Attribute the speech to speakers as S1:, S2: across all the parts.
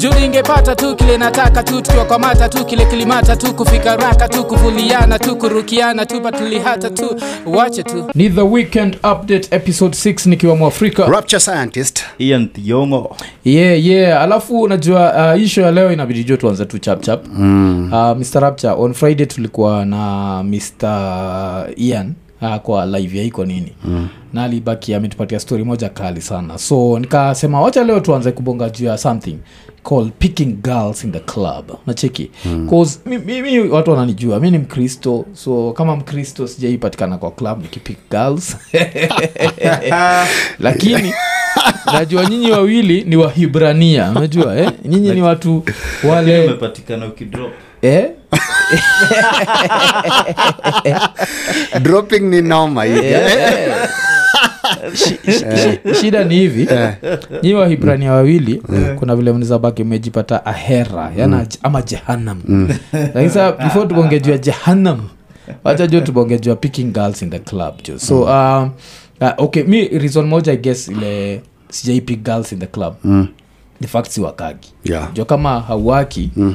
S1: juu ningepata tu kile nataka tu tukiwakwamata tu kile kilimata tu kufika raka tu kuvuliana tu kurukiana tu patulihata tu wache tu
S2: ni the weekend update episode 6 nikiwa mwafrika
S3: rapture scientist
S4: ian thiongo
S2: yeah yeah alafu unajua uh, isho ya leo inabidi jua tuanze tu chapchap mm. uh, mr rapture on friday tulikuwa na mr ian uh, kwa live ya iko nini mm. na alibaki ametupatia story moja kali sana so nikasema wacha leo tuanze kubonga juu ya something called picking girls in the club nacheki mm. cause mi, mi, mi watu wananijua mi ni mkristo so kama mkristo sijaipatikana kwa club nikipick girls
S3: Ah,
S2: lakini najua nyinyi wawili ni wahibrania unajua eh? nyinyi ni watu wale
S4: umepatikana ukidrop
S2: eh?
S3: dropping ni noma hii
S2: Eh. Shi- shi- shi- shida ni hivi nyi wahibrania wawili kuna vile mnizabaki mmejipata ahera yana ama jehanam lakini saa before tubongejua jehanam wacha jua tubongejua picking girls in the club jo so um, uh, okay mi reason moja i guess ile sijaipick girls in the club the fact si wakagi
S3: Yeah.
S2: jo kama hauwaki mm.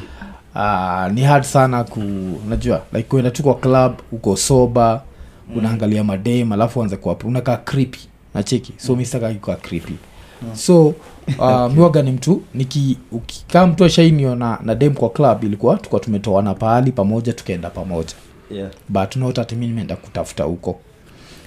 S2: uh, ni hard sana ku unajua like kuenda tu kwa club uko soba mm. unaangalia madem alafu anze kuwap unakaa creepy nacheki so mi sitaka kuwa creepy so uh, miwaga ni mtu niki ukikaa mtu ashainio na, na dem kwa club ilikuwa tukwa tumetoana pahali pamoja tukaenda pamoja
S4: yeah.
S2: but not at mimi nimeenda kutafuta huko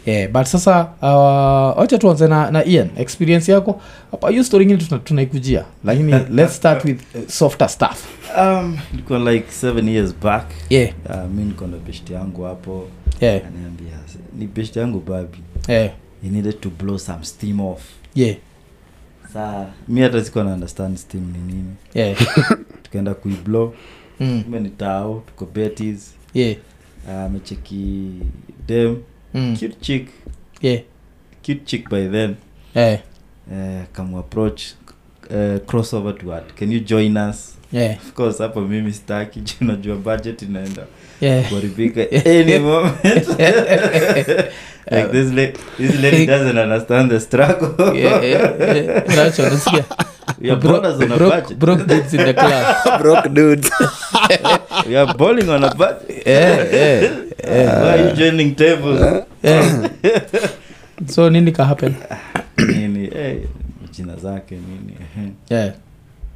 S2: yeah, but sasa uh, wacha tuanze na, na ian experience yako hapa hiyo story ingine tuna- tunaikujia lakini let's start with uh, softer stuff
S4: um, ilikuwa like seven years back
S2: yeah
S4: uh, mi niko na beshti yangu hapo
S2: yeah
S4: anaambia ni beshti yangu babi
S2: yeah
S4: you needed to blow some steam off
S2: yeah
S4: saa mi hata sikuwa na understand steam ni nini
S2: yeah
S4: tukaenda kuiblow
S2: mm,
S4: ume ni tao tuko betis
S2: yeah
S4: amecheki dem
S2: mm,
S4: cute chick
S2: yeah
S4: cute chick by then
S2: yeah
S4: uh, kamu approach uh, crossover to what can you join us
S2: yeah
S4: of course hapo mimi sitaki juu najua budget inaenda
S2: yeah
S4: kuharibika any Eh, moment like this, la- this lady doesn't understand the struggle
S2: yeah, yeah, yeah. Nacho, nasikia.
S4: we are
S2: Bro-
S4: ballers on a
S2: broke-
S4: budget
S2: broke dudes in the club.
S3: broke dudes
S4: we are bowling on a budget
S2: Yeah, yeah,
S4: why are
S2: Uh,
S4: you joining tables
S2: yeah. so nini ka happen
S4: nini eh, jina zake nini eh,
S2: yeah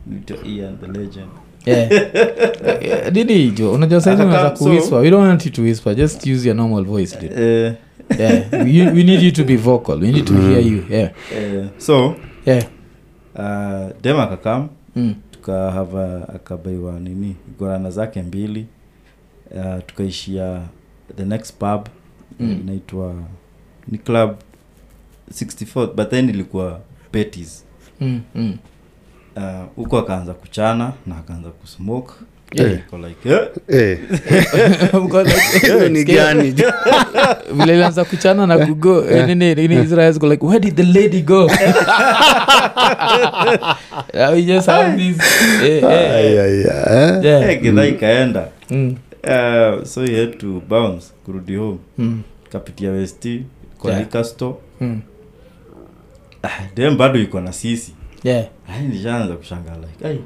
S4: nito Ian the legend
S2: Yeah. Eh, nini jo unajua saizi
S4: Ata
S2: unaza
S4: kama so-
S2: kuwispa we don't want you to whisper just use your normal voice dude.
S4: eh,
S2: yeah. we, we need you to be vocal we need to hear you yeah
S4: eh, so
S2: yeah
S4: uh, dem akakam
S2: mm.
S4: tukahava akabaiwa nini gorana zake mbili uh, tukaishia the next pub
S2: Mm.
S4: Eh, inaitwa ni club 64 but then ilikuwa betis
S2: Mm. Mm.
S4: Uh, huko akaanza kuchana na akaanza kusmoke
S2: Yeah.
S4: Niko like eh,
S3: Eh,
S2: Mko like-
S3: hiyo ni
S2: Sikia,
S3: gani
S2: vile ilianza kuchana na kugo eh, nini nini israel go like where did the lady go Yeah, we just have this eh, eh,
S3: Ay, ay, ay, eh?
S2: yeah.
S4: eh, gidhaa ikaenda
S2: Mm.
S4: uh, so he had to bounce kurudi home
S2: Mm.
S4: kapitia west kwa
S2: Yeah.
S4: yeah. licasto
S2: Mm.
S4: ah, dem bado iko na sisi
S2: yeah
S4: Ai, nishaanza kushangaa like ai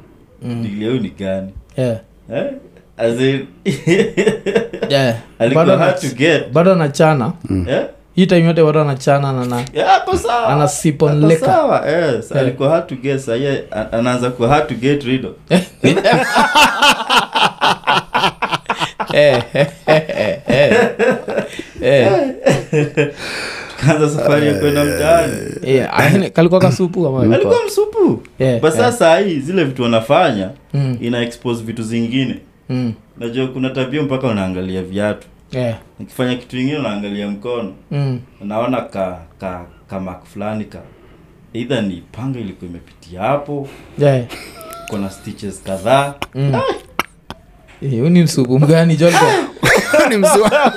S2: Mm.
S4: deal yao ni gani
S2: yeah
S4: Eh? As in,
S2: yeah
S4: alikuwa
S2: Bado
S4: hard
S2: na-
S4: to get.
S2: bado anachana
S4: Eh?
S2: hii time yote bado anachana na na
S4: Yeah, hapo sawa.
S2: ana sip on
S4: Hapo
S2: liquor.
S4: sawa,
S2: Eh.
S4: yes. Alikuwa hard to get, sahi a- anaanza kuwa hard to get rid of.
S2: Eh, eh, eh, eh, eh. Eh,
S4: Tukaanza safari ya kwenda mtaani.
S2: eh, ahene, kalikuwa kasupu ama
S4: Alikuwa
S2: kalikuwa-
S4: msupu.
S2: Eh,
S4: But
S2: eh.
S4: sasa hii zile vitu wanafanya
S2: Mm,
S4: ina expose vitu zingine.
S2: mm,
S4: Najua kuna tabia mpaka unaangalia viatu.
S2: eh,
S4: Ukifanya kitu ingine unaangalia mkono.
S2: mm,
S4: Unaona ka ka kama fulani ka either ni panga ilikuwa imepitia hapo,
S2: eh,
S4: kuna stitches kadhaa.
S2: mm. Eh, huyu ni msupu mgani Jolko?
S3: Ni mzua-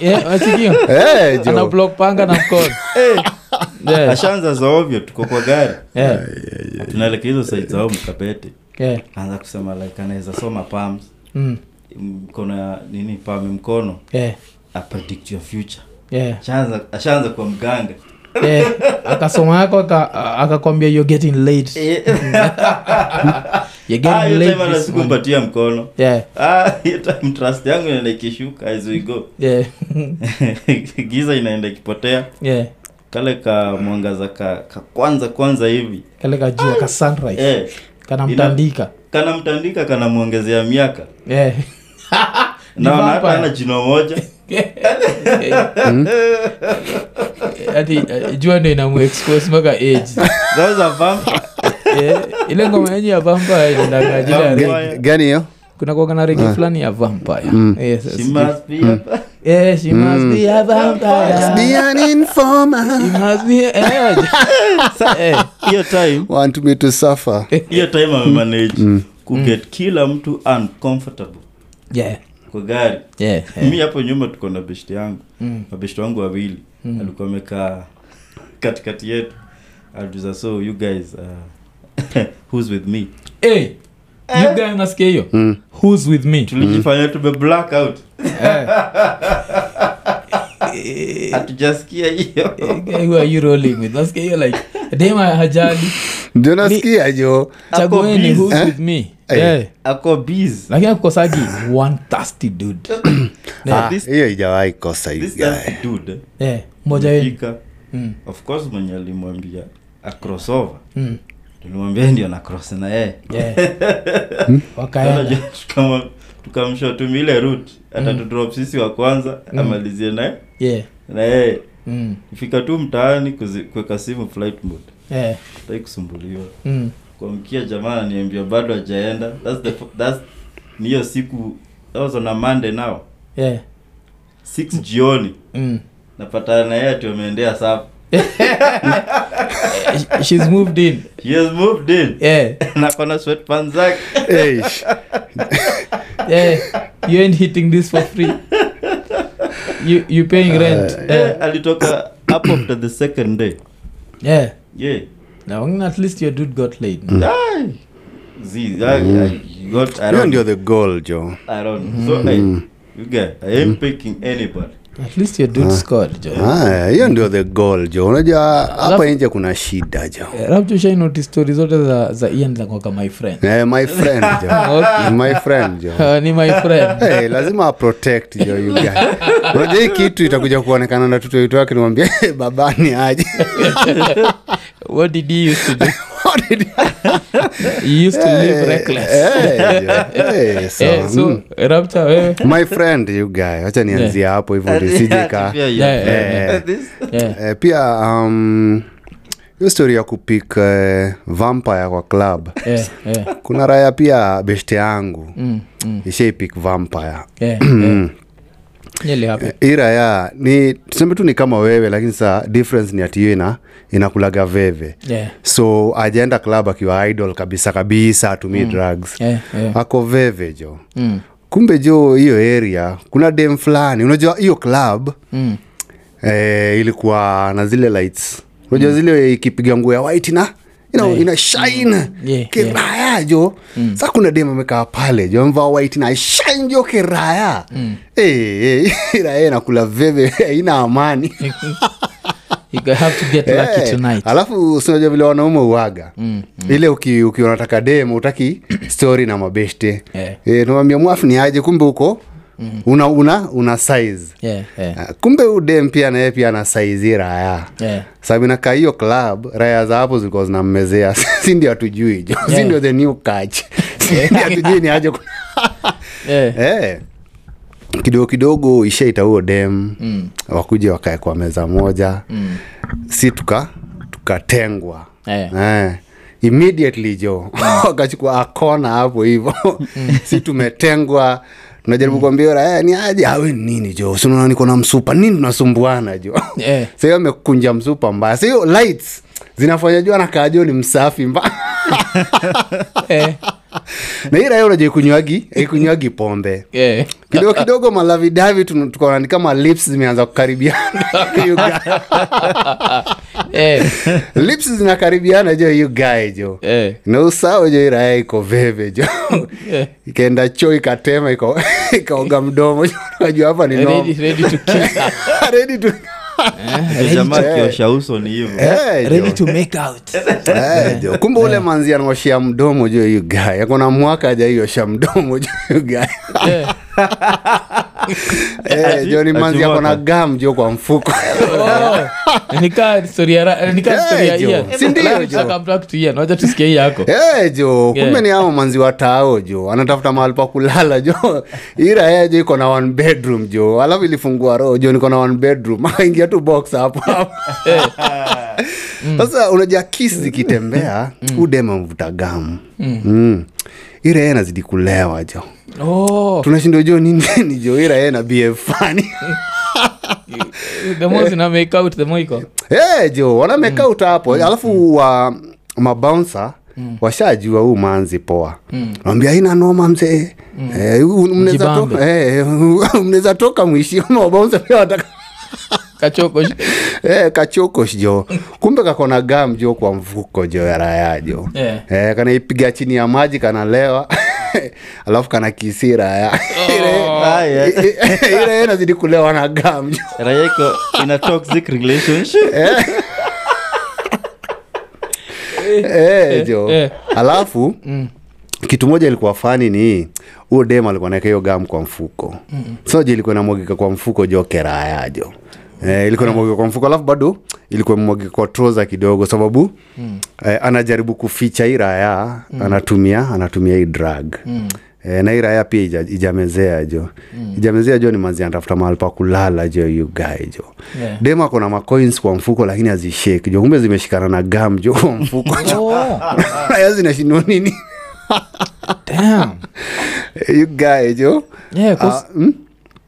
S2: Eh, unasikia?
S3: Eh,
S2: Ana
S3: jo.
S2: block panga na mkono Eh,
S4: ashaanza za ovyo tuko kwa gari
S2: eh,
S4: tunaelekea hizo side zao mkapete
S2: eh,
S4: anza kusema like anaweza soma palms
S2: mm,
S4: mkono ya nini palm ya mkono
S2: eh,
S4: a predict your future
S2: eh,
S4: ashaanza ashaanza kwa mganga
S2: eh. Eh, akasoma yako aka- akakwambia you're getting late
S4: Eh,
S2: You're getting
S4: Ah, hiyo
S2: late
S4: time
S2: this morning.
S4: anasikumpatia mkono
S2: Yeah,
S4: Ah, hiyo time trust yangu inaenda ikishuka as we go
S2: yeah,
S4: giza inaenda ikipotea
S2: yeah.
S4: kale ka mwangaza ka, ka kwanza kwanza hivi
S2: kale kajua ka sunrise
S4: eh,
S2: kanamtandika
S4: kana mtandika kana mwongezea miaka
S2: yeah.
S4: na
S2: Ni
S4: hata
S2: vampire.
S4: ana jino moja
S2: Ati, eh, jua ndo inamuexpose mpaka age
S4: that was a vampire
S2: Eh, ile ngoma yenye ya vampire inaendanga jina ya reggae.
S4: Waya.
S3: Ga- gani hiyo
S2: kuna kuwaga na
S3: Ah.
S2: regi fulani ya vampire
S3: Mm.
S2: Yes, yes.
S4: she must be a
S2: Eh, she must be a vampire
S3: Be an informer.
S2: She must be eh, eh,
S4: hiyo time
S3: want me to suffer
S4: hiyo
S3: Mm.
S4: time amemanage kuget kila mtu uncomfortable
S2: yeah,
S4: kwa gari
S2: yeah,
S3: Eh.
S2: yeah.
S4: mi hapo nyuma tuko na beshti yangu
S3: Mm.
S4: mabeshti wangu wawili alikuwa amekaa katikati yetu alituza so you guys uh, who's with me
S2: Eh, you guy unasikia hiyo
S3: Mm.
S2: who's with me Eh,
S4: tulijifanya tume black out
S3: Eh.
S4: hatujasikia hiyo
S2: Eh, guy, who are you rolling with unasikia hiyo like dema hajali
S3: ndio nasikia jo
S2: chagueni
S4: busy.
S2: who's
S3: Eh?
S2: with me
S3: Eh.
S2: yeah.
S4: ako bs
S2: lakini akukosagi one thirsty dude
S3: Ah,
S4: this-
S3: hiyo ijawahi kosa hii
S4: this
S3: guy.
S4: guy dude
S2: yeah. moja wenu
S4: Fika.
S2: Mm.
S4: of course mwenye alimwambia acrossover
S2: Mm.
S4: tulimwambia ndio na cross na yeye
S2: yeah.
S4: Sasa
S2: wakaenda
S4: tukama- tukamshotumia ile route atatudrop sisi wa kwanza amalizie naye
S2: yeah.
S4: na yeye
S2: mm.
S4: fika tu mtaani kuzi- kuweka simu flight mode
S2: yeah.
S4: tai kusumbuliwa
S2: mm.
S4: kuamkia jamaa aniambia bado hajaenda that's the f- that's ni hiyo siku that was on a monday now
S2: yeah.
S4: 6 jioni
S2: mm.
S4: napatana na yeye ati wameendea sapa
S2: She- she's moved in
S4: he has moved in
S2: yeah.
S4: na kona sweatpants zake
S3: Eh,
S2: yeah. you ain't hitting this for free you, you paying rent
S4: Eh,
S2: yeah.
S4: alitoka up after the second day
S2: yeah.
S4: yeah
S2: now at least your dude got laid
S4: Ay. Zee, that- I got
S3: hiyo
S4: around
S3: ndio the goal jo
S4: around so I,
S3: Mm.
S4: you guy I am picking anybody
S2: at least your dude scored jo
S3: Ah, hiyo ndio the goal jo unajua hapa
S2: Alafu-
S3: nje kuna shida jo
S2: Eh, labda ushainoti stori zote za za ian zakwaka my friend
S3: Eh, my friend jo
S2: Okay.
S3: my friend jo
S2: Ah, ni my friend
S3: Hey, lazima protect jo you guy. unajua hii kitu itakuja kuonekana na tutoito wake nimwambia "Hey, babani aje
S2: what did he used to do
S3: What did you-
S2: he used to live
S3: Hey,
S2: reckless
S3: hey, jo. Hey, so,
S2: eh, so
S3: mm.
S2: rapta wewe
S3: my friend you guy wacha nianzie hapo hivyo ndio isije ika-
S4: Yeah,
S2: Yeah,
S4: yeah.
S2: yeah, yeah.
S4: This-
S2: yeah.
S3: Eh, pia um, hiyo story ya kupik eh, vampire kwa club
S2: Yeah, yeah.
S3: kuna raya pia beshte yangu
S2: Mm, mm.
S3: ishaipik vampire Mm.
S2: Yeah, yeah. Nearly happened.
S3: hii raya Eh, ni tuseme tu ni kama wewe lakini sa difference ni ati hiyo ina inakulaga veve
S2: Yeah,
S3: so ajaenda club akiwa idol kabisa kabisa atumii drugs
S2: Mm. yeah, yeah.
S3: ako veve jo
S2: Mm,
S3: kumbe jo hiyo area kuna dem fulani unajua hiyo club
S2: mm.
S3: eh, ilikuwa na zile lights
S2: Mm.
S3: unajua zile ikipiga nguo ya white na you know, ina shine
S2: Mm. Yeah, Mm.
S3: kiraya jo sa kuna dem amekaa pale jo mvaa white na shine jo kiraya
S2: Mm.
S3: Eh, eh, raya inakula veve haina amani
S2: You go- have to get lucky
S3: Eh,
S2: tonight. Mm,
S3: alafu sinajua vile wanaume uaga ile uki- ukiwa unataka dem utaki story na mabeshte
S2: Eh. Mm.
S3: Eh, namwambia mwafu ni aje kumbe huko una una una size
S2: Yeah, yeah,
S3: Ah, kumbe udem pia naye pia ana saizi raya
S2: Eh. yeah.
S3: sabinaka hiyo club raya za hapo zilikuwa zinammezea si ndio hatujui jo si
S2: Yeah.
S3: ndio the new catch Si ndio hatujui ni aje ku-
S2: Yeah.
S3: eh. kidogo kidogo ishaita huo dem mm. wakuja wakae kwa meza moja mm. si tuka tukatengwa
S2: Eh.
S3: eh. immediately jo wakachukua akona hapo hivo si tumetengwa tunajaribu kuambia raya ni aje awe ni nini jo sinaona niko na msupa nini tunasumbuana jo
S2: Eh.
S3: sahiyo amekunja msupa mbaya sahiyo lights zinafanya jua nakaa jo ni msafi mbaya
S2: Eh,
S3: na hii raya unajua ikunywagi ikunywagi pombe
S2: yeah.
S3: kidogo kidogo malavidavi tun- tukaona ni kama lips zimeanza kukaribiana You guy-
S2: Eh,
S3: lips zinakaribiana jo hiyo gae jo
S2: eh,
S3: na usawa jo iraya iko veve jo
S2: yeah.
S3: ikaenda choo ikatema iko- ikaoga mdomo jo. Unajua hapa ni noma.
S2: Ready- ready to kiss.
S3: Ready to-
S4: Yule jamaa akiosha uso ni hivyo
S3: Eh,
S2: ready
S3: jo.
S2: to make out
S3: Eh, jo. kumbe ule manzi anaoshia mdomo jo hiyo gaya kuna mwaka ajaiosha mdomo jo hiyo gaya
S2: Eh,
S3: Eh, jo ni manzi
S4: Ajimwaka.
S3: akona gam jo kwa mfuko
S2: oh, nikaa story ya ra- nikaa
S3: Eh,
S2: story ya
S3: jo.
S2: Ian.
S3: Si ndio,
S2: Lala,
S3: jo.
S2: nataka mtu to Ian, wacha tusikie hii yako
S3: Eh, jo
S2: Yeah.
S3: kumbe ni hao manzi watao jo anatafuta mahali pa kulala jo ira yeye jo iko na one bedroom jo alafu ilifungua roho jo niko na one bedroom akaingia tu box hapo hapo sasa unajua kis zikitembea udema mvuta gamu mm. ira yeye anazidi kulewa jo
S2: oh,
S3: tunashindwa jo ni nini jo ira yeye na bfani
S2: the more zina make out the more iko
S3: Eh, jo wanamekauta hapo alafu wa mabounsa washajua huu manzi poa wambia ina noma mzee Eh, huu mnaweza
S2: Jibambe.
S3: toka- eh, mnaweza toka mwishio mabounsa pia wataka
S2: kachoko sh-
S3: Eh, kachokosh jo kumbe kakona gam jo kwa mfuko jo ya raya jo
S2: Eh.
S3: Eh, kanaipiga chini ya maji kanalewa alafu kana kisira ya
S2: Oh.
S4: Haya.
S3: ile nazidi kulewa na gam jo
S4: Ah, Raia iko in a toxic relationship
S3: Eh, jo
S2: eh.
S3: alafu kitu moja ilikuwa fani ni hii huo dem alikuwa naeka hiyo gam kwa mfuko so je ilikuwa inamwagika kwa mfuko jo keraya jo eh, ilikuwa inamwagika kwa mfuko alafu bado ilikuwa imwagika kwa troza kidogo sababu eh, anajaribu kuficha hii raya anatumia anatumia hii drug Eh, na hii raya pia ija, ijamezea jo ijamezea jo ni mazi anatafuta mahali pa kulala jo yugae jo
S2: Yeah.
S3: dem ako na macoins kwa mfuko lakini hazisheki jo kumbe zimeshikana na gam jo kwa mfuko jo
S2: oh,
S3: raya zinashindwa nini
S2: damn.
S3: yugae jo
S2: Yeah, 'cause-
S3: Ah, mm?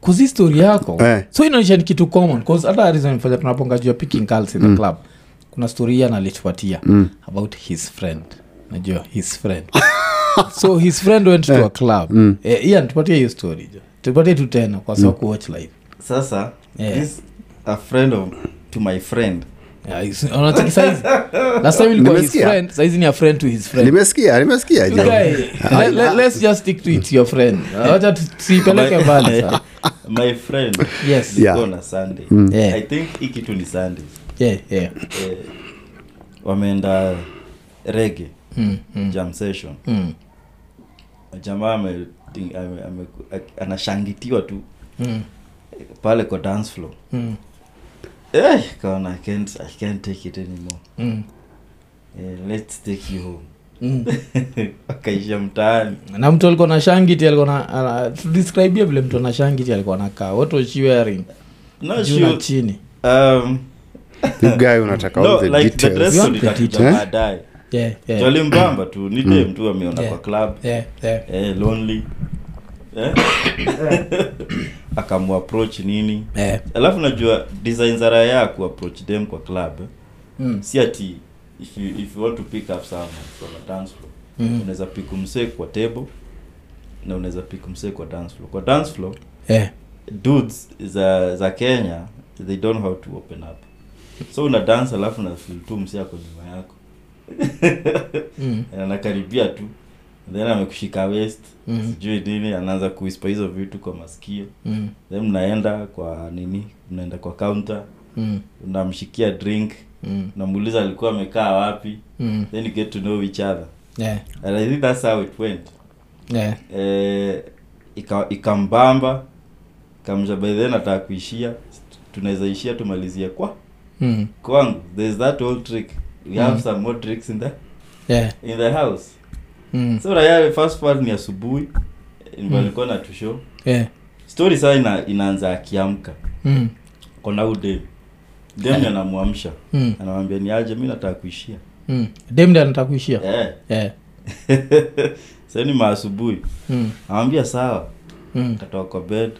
S2: kuzi story yako
S3: Eh.
S2: so inaonyesha ni kitu common 'cause hata reason fanya tunaponga juu ya picking girls
S3: Hmm.
S2: in the club kuna story yan alitupatia about his friend najua his friend so his friend went to a club
S3: Hmm.
S2: mm. eh, Ian, tupatie hiyo story jo tupatie tu tena kwa sababu kuwatch live
S4: sasa
S2: Yeah.
S4: this a friend of to my friend
S2: Yeah, his- unacheki saizi last time ilikuwa his
S3: Nimesikia.
S2: friend saizi ni a friend to his friend
S3: nimesikia nimesikia
S2: You
S3: jo
S2: guy, le- le- let's just stick to it your friend wacha tusipeleke mbali sana
S4: my friend
S2: Yes.
S3: Yeah. Mm.
S4: ilikuwa na sunday
S2: Yeah.
S4: i think hii kitu ni sunday
S2: yeah, yeah.
S4: eh, wameenda rege
S2: Hmm,
S4: jam session
S2: Mm.
S4: jamaa ame, ting- ame, ame, ak- anashangitiwa tu pale kwa dance floor
S2: Mm.
S4: eh, kaona I can't, i can't take it anymore
S2: Mm.
S4: eh, let's take you home
S2: Mm.
S4: wakaisha mtaani
S2: na mtu alikuwa na shangiti alikuwa na ana- tudescribie vile mtu ana shangiti alikuwa nakaa what was she wearing
S4: no,
S2: juu na
S4: sure.
S2: chini
S4: um,
S3: yugae unataka all
S4: no,
S3: the
S4: like the
S3: details.
S4: dress
S2: You
S4: code
S2: want the Eh.
S4: itakuja
S3: details?
S4: baadaye
S2: yeah, yeah,
S4: twalimbamba tu ni
S3: Mm.
S4: dem tu ameona
S2: Yeah.
S4: kwa club
S2: yeah, yeah.
S4: eh, lonely eh? akamuapproach nini
S2: Eh,
S4: alafu najua design za raya ya kuapproach dem kwa club eh?
S2: Mm.
S4: si ati if you, if you want to pick up someone from a dance floor
S2: Mm.
S4: unaweza pick msee kwa table na unaweza pick msee kwa dance floor kwa dance floor
S2: eh.
S4: dudes za za kenya they don't know how to open up so una dance alafu na feel tu msee ako nyuma yako
S2: Mm.
S4: Na anakaribia tu then amekushika west
S2: Mhm.
S4: sijui nini anaanza kuispa hizo vitu kwa masikio
S2: Mm.
S4: then mnaenda kwa nini mnaenda kwa counter
S2: Mm.
S4: unamshikia drink
S2: Mm.
S4: unamuuliza alikuwa amekaa wapi
S2: Mm.
S4: then you get to know each other
S2: Yeah,
S4: and i think that's how it went
S2: yeah.
S4: eh, ika- ikambamba kamja by then ataka kuishia tunaweza ishia tumalizie kwa
S2: Mm.
S4: kwangu there's that old trick we have some more tricks in the
S2: Yeah.
S4: in the house
S2: Mm.
S4: so raya first part ni asubuhi mm. walikuwa na tusho
S2: Yeah.
S4: story saa ina, inaanza akiamka
S2: Mm.
S4: kona ude dem anamwamsha
S2: Mm.
S4: anamwambia ni aje mi nataka kuishia
S2: Mm. Dem ndiye anataka kuishia
S4: eh.
S2: yeah.
S4: sani maasubuhi
S2: mm.
S4: anamwambia sawa
S2: Mm.
S4: katoka kwa bed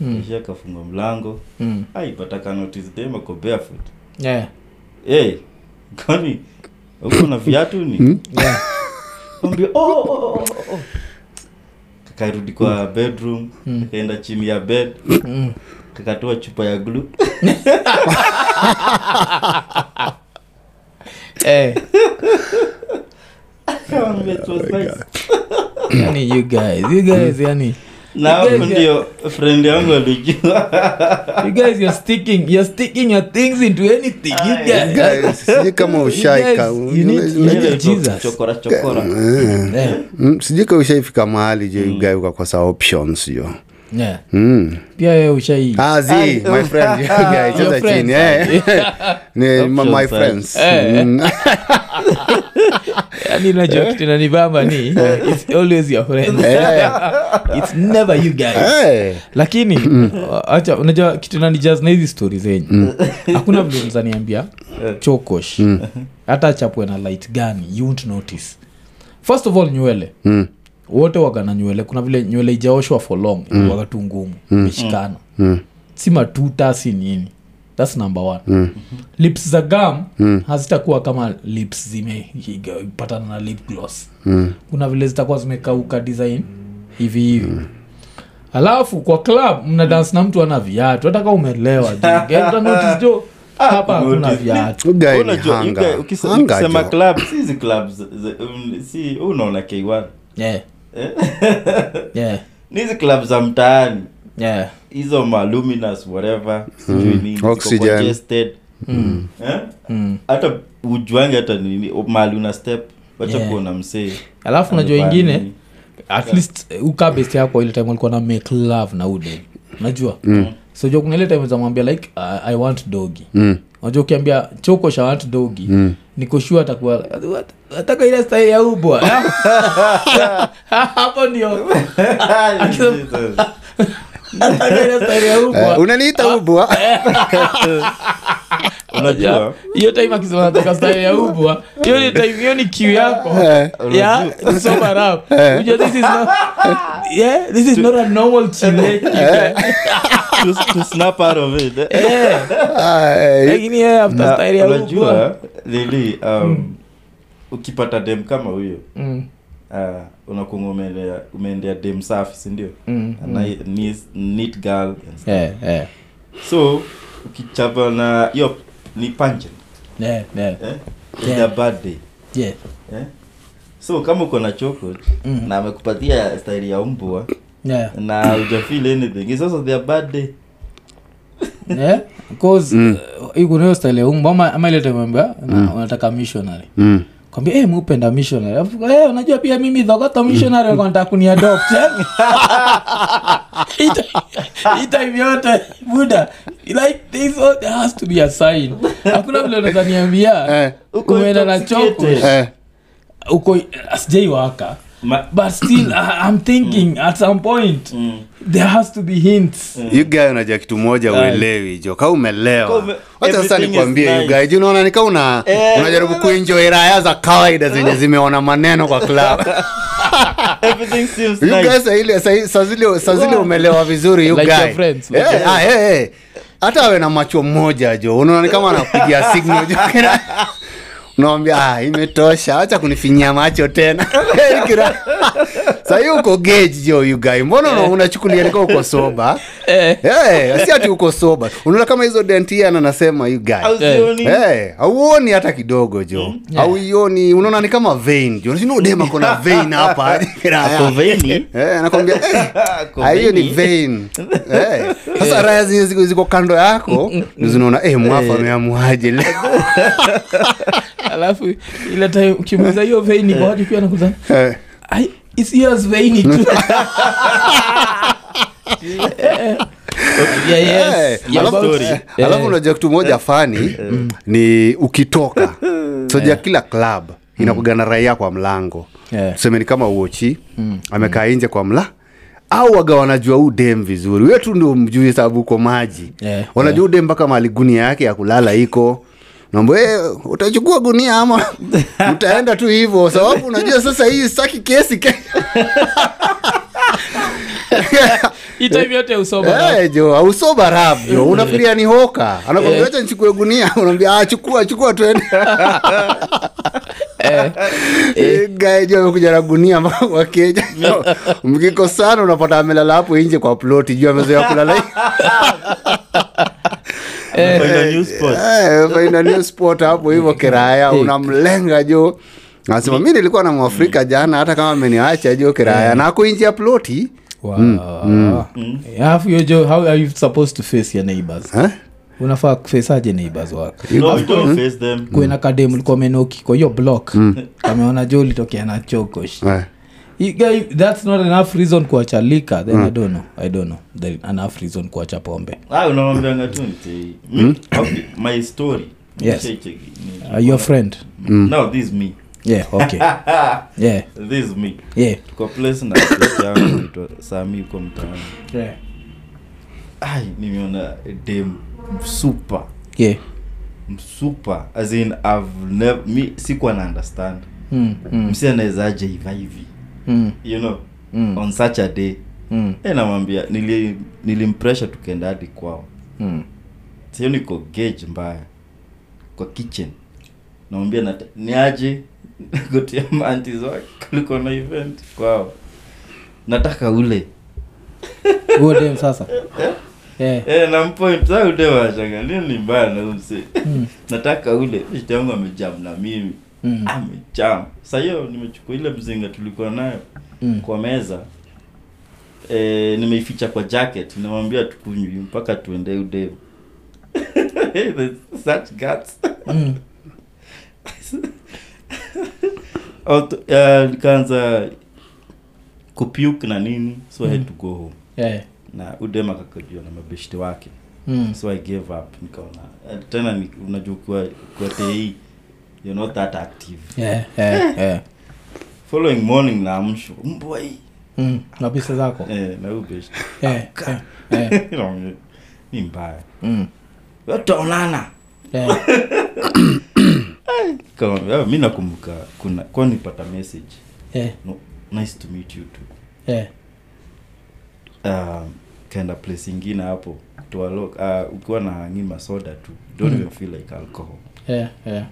S2: Mm.
S4: ishia kafunga mlango
S2: Mm.
S4: ai but akanotice dem ako barefoot
S2: Yeah.
S4: hey, kwani uko na viatu
S3: Hmm?
S4: ni
S2: Yeah.
S4: ambia oh, oh, oh, oh, oh. kakarudi kwa
S3: Hmm.
S4: bedroom akaenda chini ya bed
S2: Mm.
S4: kakatoa chupa ya glue
S2: Eh,
S3: Oh
S4: Akamwambia, "It was nice."
S2: yani you guys, you guys, yani
S4: na hapo ndio friend yangu alijua
S2: you guys you're sticking you're sticking your things into anything you guys,
S4: Aye.
S3: Guys, sijui kama
S2: You
S3: ushaika
S2: guys, you need- you need-
S4: Ile
S2: Jesus.
S4: chokora chokora
S3: Eh.
S2: Yeah,
S3: Mm, sijui ka ushaifika mahali je
S2: Mm.
S3: ugae ukakosa options jo
S2: yeah.
S3: mm.
S2: pia wewe ushai
S3: Ah, Z,
S4: Ay,
S3: my friend, you guys,
S2: Your
S3: cheza
S2: friends,
S3: chini, eh. Ni my- my
S4: Options,
S3: friends.
S2: eh.
S3: Mm.
S2: yani najua kitu inanibamba ni it's always your friend
S3: Eh,
S2: it's never you guys
S3: eh.
S2: lakini acha unajua kitu nanijaz na hizi stori
S3: Mm.
S2: zenyu hakuna vile mzaniambia chokosh hata achapwe na light gani you won't notice first of all nywele
S3: Mm.
S2: wote wagana nywele kuna vile nywele ijaoshwa for long mm. wagatu ngumu imeshikana
S3: Mm.
S2: si matuta si nini thats number one mm. lips za gam mm. hazitakuwa kama lips zimepatana na lip gloss mm. kuna vile zitakuwa zimekauka design hivi hivi mm alafu kwa club mna dance na mtu ana viatu hata kama umelewa jo. Yaani uta notice jo hapa hakuna
S4: notice.
S2: viatu
S3: Ugae ni
S4: Unajua,
S3: hanga.
S4: ugae, ukise-
S3: Hanga
S4: ukisema
S3: jo.
S4: club si hizi club za- za- um, si huu unaona k1
S2: yeah. yeah.
S4: ni hizi club za mtaani
S2: yeah.
S4: hizo maluminous whatever sijui nini, ziko
S3: Oxygen.
S4: congested.
S2: Hmm.
S4: Eh? hata ujuange hata nini o- mahali una step wacha
S2: Yeah.
S4: kuona msee
S2: alafu najua
S4: amevaa
S2: ingine
S4: nini.
S2: at least eh, ukaa best yako ile time alikuwa na make love na ude najua mm. sojua kuna ile time zamwambia like I- i want dogi mm. najua ukiambia chokosha want dogi mm. nikoshua atakuwa ataka ile style ya ubwa hapo ndio
S4: Jesus.
S2: ataka ile style ya ubwa
S3: Eh,
S2: Ah.
S3: unaniita ubwa
S4: unajua
S2: hiyo time akisema nataka style ya ubwa hiyo ni time hiyo ni kiu yako
S3: Eh.
S2: yeah sober up
S4: Eh.
S2: Unajua this is not yeah this is not a normal chile
S4: Eh. to, to snap out of it eh?
S2: yeah
S3: Ah, eh,
S2: lakini yeah after
S4: Na
S2: style ya Hmm. ubwa
S4: unajua eh. lili um, ukipata dem kama huyo
S2: mm
S4: uh, unakunga umeendea, umeendea dem safi sindio
S2: mm
S4: neat girl and stuff.
S2: yeah yeah
S4: so ukichapa na hiyo ni punchen
S2: yeah yeah
S4: eh?
S2: Yeah.
S4: yeah. bad day
S2: yeah
S4: eh? so kama uko na choko
S3: Mm.
S4: na amekupatia staili ya mbwa
S2: yeah
S4: na ujafeel anything it's also their bad day
S2: yeah because Eh?
S3: Mm.
S2: uh, iko nayo style ya umbo ama ama ile time ambayo na- unataka missionary
S3: mm.
S2: kwambia hey, mupenda missionary Alafu, "Eh, unajua pia mimi dhogoto
S3: Mm.
S2: missionary alikuwa anataka kuniadopt eh?" Hii time- hii time yote buda like this all, there has to be a sign hakuna vile unaweza niambia
S3: Eh.
S4: Uko
S2: umeenda na choko
S4: intoxicated.
S3: Eh.
S2: uko uh, sijai waka
S4: Ma-
S2: but still I, i'm thinking at some point
S4: Mm.
S2: there has to be hints
S3: You guy unajua kitu moja
S2: Aye.
S3: uelewi jo ka
S4: Ka
S3: umelewa
S4: Mm. ume-
S3: wacha sasa
S4: everything is
S3: nikwambie
S4: nice.
S3: you guy juu unaona nika una
S4: Eh.
S3: unajaribu kuenjoy raya za kawaida zenye zimeona maneno kwa club
S4: everything seems
S3: You guys
S4: nice
S3: saa ile- saa- saa zile- saa zile
S2: Wow.
S3: umelewa vizuri you
S2: Like your
S3: guy.
S2: friends, like
S3: Eh, ah, eh, eh. hata awe na macho mmoja jo unaona ni kama anakupigia signal jo Kira- unamwambia ah, imetosha acha kunifinyia macho tena Kira- saa hii uko gauge jo you guy mbona una- unachukulia nika uko soba
S2: Eh.
S3: Eh, si ati uko soba unaona kama hizo dentiana nasema you guy
S4: How's
S2: Eh.
S4: your knee?
S3: Hey, auoni hata kidogo jo
S2: Yeah.
S3: auioni unaona ni kama vein "Oh, jo nashinda udema kona vein hapa
S4: Ako veiny.
S3: Eh, anakwambia eh,
S4: Ako
S3: ah, hiyo ni
S4: veiny.
S3: vein Eh, sasa raya zenye ziko- ziko kando yako ndio zinaona eh, mwafa ameamuaje leo
S2: alafu ile time ukimuuliza hiyo veini kwa watu pia anakuza
S3: Eh,
S2: "Ai, it's yours veini tu yeah, yes. Mm.
S3: eh,
S2: Yeah,
S3: alafu-
S2: about-
S3: eh,
S2: Eh.
S3: alafu unajua kitu moja fani ni ukitoka soja
S2: Eh.
S3: kila club inakuga na raia kwa mlango
S2: Yeah.
S3: tuseme ni kama uochi
S2: Mm.
S3: amekaa nje kwa mla au waga wanajua huu dem vizuri wewe tu ndio mjui sababu uko maji
S2: Yeah,
S3: wanajua udem mpaka mali gunia yake ya kulala iko nambo e, utachukua gunia ama utaenda tu hivyo sababu unajua sasa hii sitaki kesi ke-
S2: Hii time yote ya usoba na-
S3: Eh, jo ausoba rab jo unafikiria ni hoka anakwambia
S2: Eh.
S3: acha nichukue gunia unaambia "Ah, chukua chukua twende Eh, guy jo amekuja na gunia mpaka kwa keja mkiko sana unapata amelala hapo nje kwa ploti juu amezoea kulala
S4: Find a new spot.
S3: Eh, faina new spot hapo hivyo kiraya unamlenga jo
S2: Eh.
S3: nasema mi nilikuwa na mwafrika jana hata kama ameniacha jo kiraya na ako nje ya ploti
S2: Wow. Yeah, afu hiyo jo how are you supposed to face your neighbors
S3: Eh?
S2: unafaa kufaceaje neighbors wako
S4: No, we don't face them.
S2: kuena kadem ulikuwa menoki kwa hiyo block ameona jo ulitokea na chokosh
S3: Eh.
S2: You guy, that's not enough reason kuacha lika then i don't know i don't know there is enough reason kuacha pombe
S4: Ah, unawambianga tu nite-
S3: Hmm?
S4: mi- okay, my story
S2: Yes.
S4: Check, check, ni-
S2: uh, your friend
S3: Hmm.
S4: No, this is me
S2: yeah okay yeah
S4: this is me
S2: yeah
S4: tuko place na place yangu naitwa sami huko mtaani
S2: yeah
S4: ai nimeona dem super
S2: yeah
S4: super as in I've never, mi sikuwa na understand
S2: mm, mm,
S4: msi anawezaje hiva hivi
S2: mm,
S4: you know
S2: mm,
S4: on such a day
S2: mm,
S4: e namwambia nili, nilimpresha tukaenda hadi kwao
S2: mm.
S4: sio niko gage mbaya kwa kitchen namwambia nata- niaje gotia manti wake kuliko na event kwao nataka ule
S2: Huo dem sasa yeah
S4: Eh, na mpoint sa ude washanga nini ni mbaya na umse
S2: hmm,
S4: nataka ule shida yangu amejam na mimi
S2: Mm.
S4: amejam sa hiyo Ah, nimechukua ile mzinga tulikuwa nayo
S2: Mm.
S4: kwa meza e, nimeificha kwa jacket nimwambia tukunywi mpaka tuende ude such guts
S2: mm,
S4: Auto- eh, nikaanza kupuke na nini so I had to go home
S2: yeah
S4: na udem akakojua na mabeshti wake
S2: mm,
S4: so i gave up nikaona eh, tena ni- unajua kuwa kuwa tei you're not that active
S2: yeah yeah yeah
S4: following morning naamshwa mbwa hii
S2: mm. na pesa zako
S4: eh, na huyu best
S2: yeah yeah yeah
S4: ni mbaya
S2: mm,
S4: wataonana
S2: yeah
S4: Nikamwambia, "Ah, mi nakumbuka kuna kwa nipata message
S2: yeah
S4: no, nice to meet you too
S2: yeah
S4: um, kaenda place ingine hapo tualok uh, ukiwa na hangima soda tu don't even feel like alcohol
S2: yeah yeah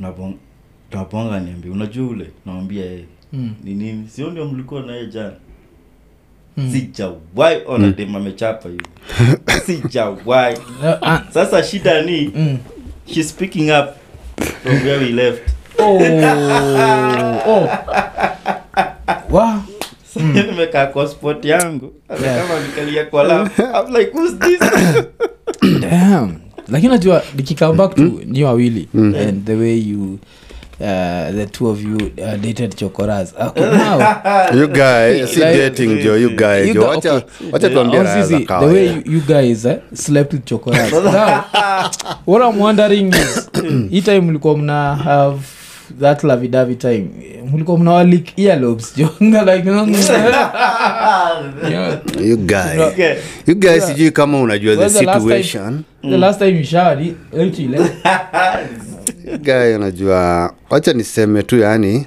S4: Nabong- nabonga niambia unajua ule nawambia yeye
S2: mm,
S4: ni nini sio ndio mlikuwa naye jana
S2: mm.
S4: sijawai ona dem amechapa hivi sijawai
S2: No, ah,
S4: sasa shida ni
S2: mm.
S4: she's picking up from where we left
S2: Oh, oh. Wow. Mm.
S4: nimekaa kwa spot yangu Hata kama nikalia kwa lap I'm like who's this
S2: Damn. lakini najua nikikam back to
S3: Hmm?
S2: nyi wawili and the way you uh, the two of you uh, dated chokoras Ah, okay, now,
S3: you guy si
S2: Like-
S3: dating jo you guy
S2: You
S3: jo oh,
S2: guy-
S3: wacha
S2: okay.
S3: wacha tuambie
S2: Au
S3: raha za
S2: Oh, sisi, the
S3: kawa,
S2: way
S3: yeah.
S2: you, you guys eh, slept with chokoras now, what i'm wondering is hii time mlikuwa mna have that lavidavi time mlikuwa mna walik earlobes jo like no, no, yeah.
S3: You guy.
S4: Okay.
S3: You guy sijui kama unajua the
S2: When's the last time-
S3: situation
S2: the last time you showered you- don't you like-
S3: You guy unajua wacha niseme tu yani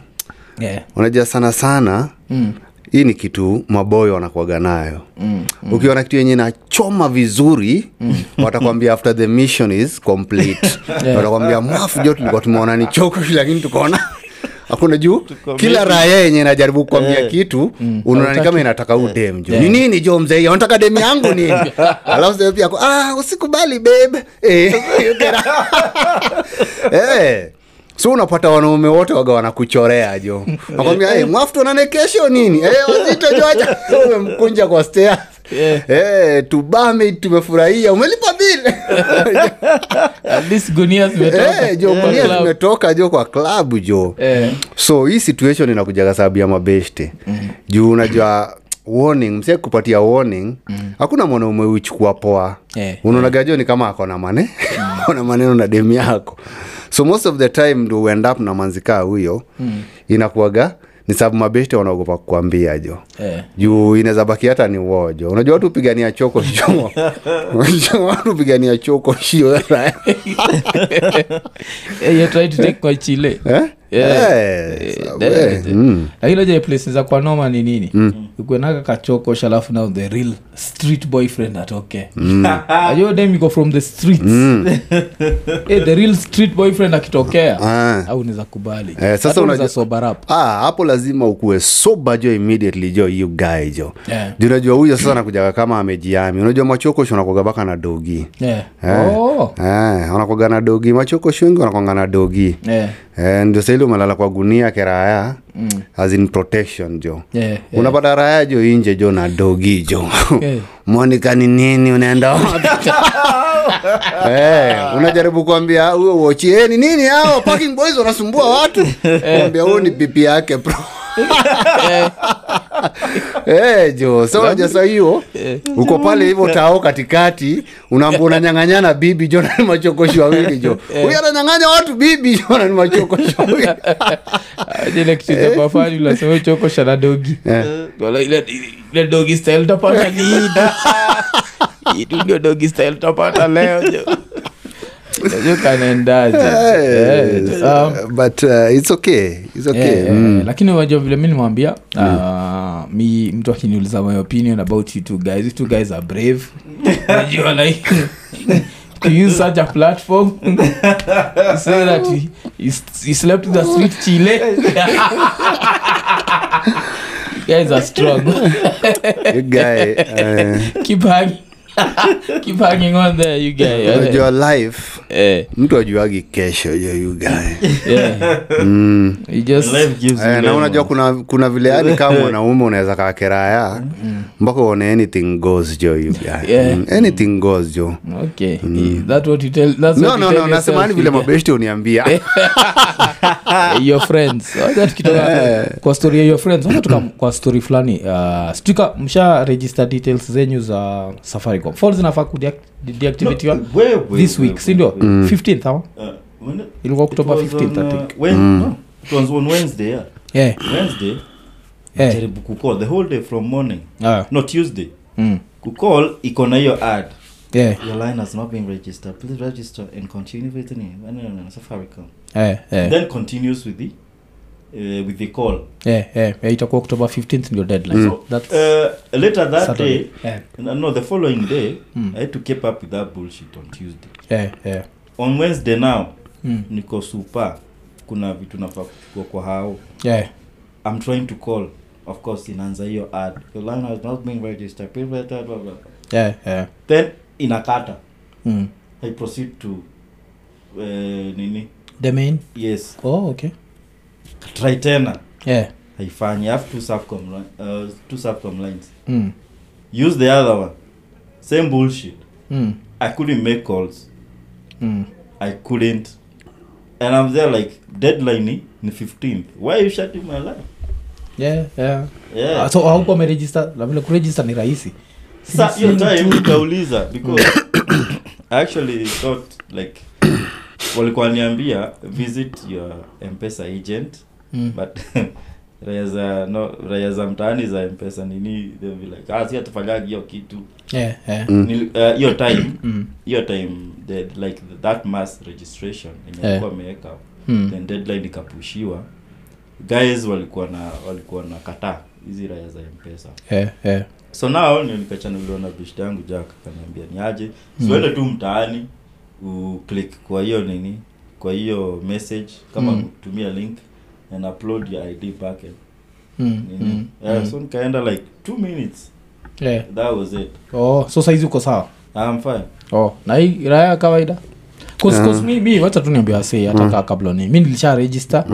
S2: yeah
S3: unajua sana sana
S2: Mm.
S3: hii ni kitu maboyo wanakuaga nayo mm, mm. ukiona kitu yenye nachoma vizuri mm. watakwambia after the mission is complete watakwambia mwafu jo tulikuwa tumeona ni chokoshi lakini tukaona hakuna juu kila raya yenye najaribu kukwambia
S4: Eh.
S3: kitu mm. unaona ni kama inataka udem jo ni
S2: Yeah.
S3: nini jo mzee hiyo? unataka dem yangu nini alafu sasa pia ako, ah usikubali babe eh, you get out. eh so unapata wanaume wote waga wanakuchorea jo "Eh, nakwambia hey, mwafutu nane kesho nini hey, wazito joacha umemkunja kwa stea
S2: Yeah.
S3: hey, tubame tumefurahia umelipa bili
S2: at least gunia zimetoka.
S3: hey, Eh, jo
S2: Kwa
S3: gunia
S2: club.
S3: zimetoka jo kwa klabu jo
S2: Eh,
S3: so hii situation inakujaga sababu ya mabeshte mm. juu unajua warning msie kupatia warning mm. hakuna mwanaume huchukua poa
S2: Eh. Mm.
S3: unaonaga jo ni kama ako na mane na maneno na demu yako so most of the time ndo uend up na manzikaa huyo mm. inakuaga ni sababu mabeshte wanaogopa kukwambia jo
S2: eh.
S3: juu inaweza baki hata ni wojo unajua watu upigania choko shio watu upigania choko shio
S2: Eh, you're trying to take kwa chile
S3: Eh?
S2: Yeah.
S3: Eh,
S2: Eh,
S3: sawa,
S2: that-
S3: eh, mm.
S2: lakini oja place za kwa noma ni nini ukuenaka kachokosha alafu now the real street boyfriend atoke
S3: Mm.
S2: ajo dem iko from the streets Eh, the real street boyfriend akitokea
S3: Ah.
S2: au niza kubali
S3: Eh, sasa
S2: Hata unaweza
S3: unajua-
S2: sober up
S3: Ah, hapo lazima ukuwe soba jo immediately jo you guy jo
S2: Yeah.
S3: Juu unajua huyo sasa anakujaga kama amejiami unajua machokosho anakuaga baka na dogi
S2: yeah.
S3: Eh.
S2: oh.
S3: Eh, anakuaga na dogi machokosho wengi wanakuaga na dogi
S2: yeah.
S3: Eh, ndio sahili umelala kwa gunia keraya mm. as in protection jo
S2: Yeah, Eh. yeah.
S3: Eh. unapata raya jo inje jo na dogi jo
S2: Yeah.
S3: monica ni nini unaenda wapi Eh, unajaribu kuambia huyo wochi eh, ni nini hao parking boys wanasumbua watu
S2: Eh.
S3: kuambia huyo ni pipi yake bro Eh, jo so unajua saa hiyo
S2: Eh.
S3: uko pale hivyo tao katikati unaambia unanyang'anyana bibi jo na ni machokoshi wawili jo
S2: Eh.
S3: huyu ananyang'anya watu bibi jo na ni machokoshi wawili
S2: ile kitu cha mafani unasema uchokosha na dogi
S3: Eh.
S2: Wala ile ile dogi style utapata ni hii tu. Hii tu ndio dogi style utapata leo jo Unajua kanaendaje
S3: Eh,
S2: Eh, um,
S3: but uh, it's okay it's okay
S2: Eh, eh,
S3: mm.
S2: lakini wajua vile mi nimwambia uh, mi mtu akiniuliza my opinion about you two guys you two guys are brave najua like to use such a platform say that you, you, you slept in the street chile you guys are strong
S3: You guy, eh,
S2: keep hanging keep hanging on there you guys
S3: unajua life
S2: eh,
S3: mtu ajuagi kesho yo you guy
S2: yeah.
S3: mm.
S2: you just
S4: Life gives you
S3: eh, na
S4: lemon.
S3: unajua kuna, kuna vile hadi kama mwanaume unaweza kaa keraya mpaka uone anything goes jo you guy
S2: Mm-hmm. Yeah.
S3: Mm, anything goes jo
S2: okay that what you tell that's
S3: Mm. no
S2: what you
S3: no
S2: tell yourself,
S3: no nasemani vile
S2: you guys.
S3: mabeshti uniambia
S2: Eh, your friends Wacha tukitoka
S3: Eh.
S2: kwa story ya your friends wacha tuka kwa story fulani uh, stika msha register details zenyu za safaricom fall zinafaa kudeactivatiwa
S4: No, wewe,
S2: this
S4: wewe,
S2: week sindio
S4: wewe.
S2: 15th awa
S4: Uh, when it-
S2: ilikuwa oktoba
S4: it was on,
S2: 15th i think
S4: uh, Wed-
S3: Mm.
S4: no, it was on wednesday yeah.
S2: yeah.
S4: wednesday
S2: Eh.
S4: jaribu kucall the whole day from morning
S2: Ah,
S4: no tuesday
S2: mm.
S4: kucall iko na hiyo ad
S2: yeah.
S4: your line has not been registered please register and continue with the name no, no, no, safaricom
S2: Eh, eh,
S4: then continues with the uh, with the call
S2: eh, eh, eh, itakuwa oktoba 15th ndio deadline so that's
S4: uh, later that
S2: Saturday.
S4: day
S2: Eh,
S4: no, no the following day i had to keep up with that bullshit on tuesday
S2: eh, eh.
S4: on wednesday now
S2: Mm.
S4: niko super kuna vitu nafaa kuchukua kwa hao
S2: Yeah.
S4: i'm trying to call of course inaanza hiyo ad the line has not been registered please register, blah, blah, blah.
S2: Yeah, yeah.
S4: then inakata
S2: Mm.
S4: i proceed to uh, nini
S2: The main?
S4: yes
S2: Oh, okay.
S4: try tena
S2: Yeah.
S4: haifanyi I have two subcom, li- uh, two subcom lines
S2: Mm.
S4: use the other one same bullshit
S2: Mm.
S4: i couldn't make calls
S2: Mm.
S4: i couldn't and i'm there like deadline ni 15th why are you shutting my life
S2: Yeah, yeah.
S4: yeah
S2: Ah, so hauko amerejista lavile kurejista ni rahisi
S4: sa hiyo time nikauliza because I actually thought like walikuwa niambia visit your mpesa agent
S2: Mm.
S4: but raya za no, raya za mtaani za mpesa nini they'll be like ah, si atufanyagi hiyo kitu
S2: yeah, yeah.
S4: Nil- uh, hiyo time
S2: Mm.
S4: hiyo time the, like that mass registration
S2: Eh.
S4: enye alikuwa ameweka
S2: Mm.
S4: then deadline ikapushiwa guys walikuwa na walikuwa na kataa hizi raya za mpesa
S2: Yeah, yeah.
S4: so nao ndio nikachanuliwa na bishda yangu jack akaniambia ni aje
S2: Mm.
S4: siwende tu mtaani uclick kwa hiyo nini kwa hiyo message kama
S2: Mm.
S4: kutumia link and upload your id back and
S2: Mm,
S4: nini
S2: mm,
S4: yeah,
S2: mm.
S4: so nikaenda like two minutes
S2: Yeah.
S4: that was it
S2: Oh, so saizi uko sawa
S4: I'm fine
S2: oh. na hii raya ya kawaida Cause- cause mi- mi wacha tu niambia wasee, hata kaa kabla ni mi nilisha register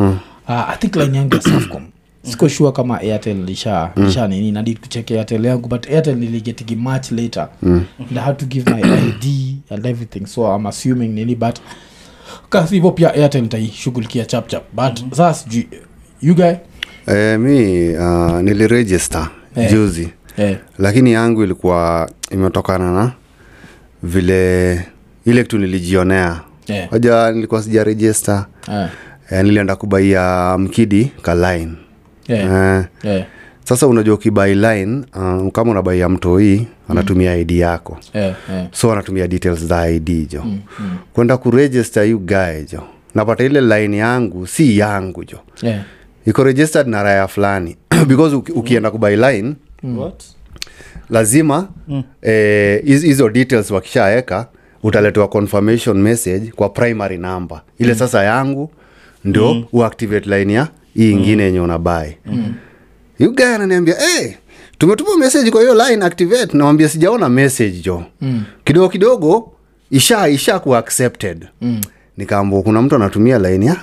S2: Ah, i think line yangu ya safcom siko sure kama airtel lisha lisha nini nadi kucheck airtel yangu but airtel niligetigi much later and i had to give my id and everything so i'm assuming nini but kasi hivyo pia airtel nitaishughulikia chapchap but sasa sijui you guy
S3: eh, mi uh, niliregister
S2: Eh.
S3: juzi
S2: eh,
S3: lakini yangu ilikuwa imetokana na vile ile kitu nilijionea
S2: eh,
S3: aja nilikuwa sija register
S2: eh,
S3: eh, nilienda kubaia mkidi ka line
S2: eh,
S3: eh,
S2: eh,
S3: sasa unajua ukibai line uh, kama unabaia mtoi anatumia id yako
S2: eh, eh.
S3: so anatumia details za id jo mm, mm. kwenda kuregister yu gae jo napata ile line yangu si yangu jo
S2: Yeah.
S3: iko registered na raya fulani because uki, ukienda kubai line
S2: Mm.
S4: what
S3: lazima eh, hiz- hizo details wakishaeka utaletewa confirmation message kwa primary number ile sasa yangu ndio mm. uactivate line ya hii ingine yenye mm. unabai mm. yuga ananiambia hey, tumetuma message kwa hiyo line activate nawambia sijaona message jo mm. kidogo kidogo isha isha kuwa accepted mm. nikaambua kuna mtu anatumia line ya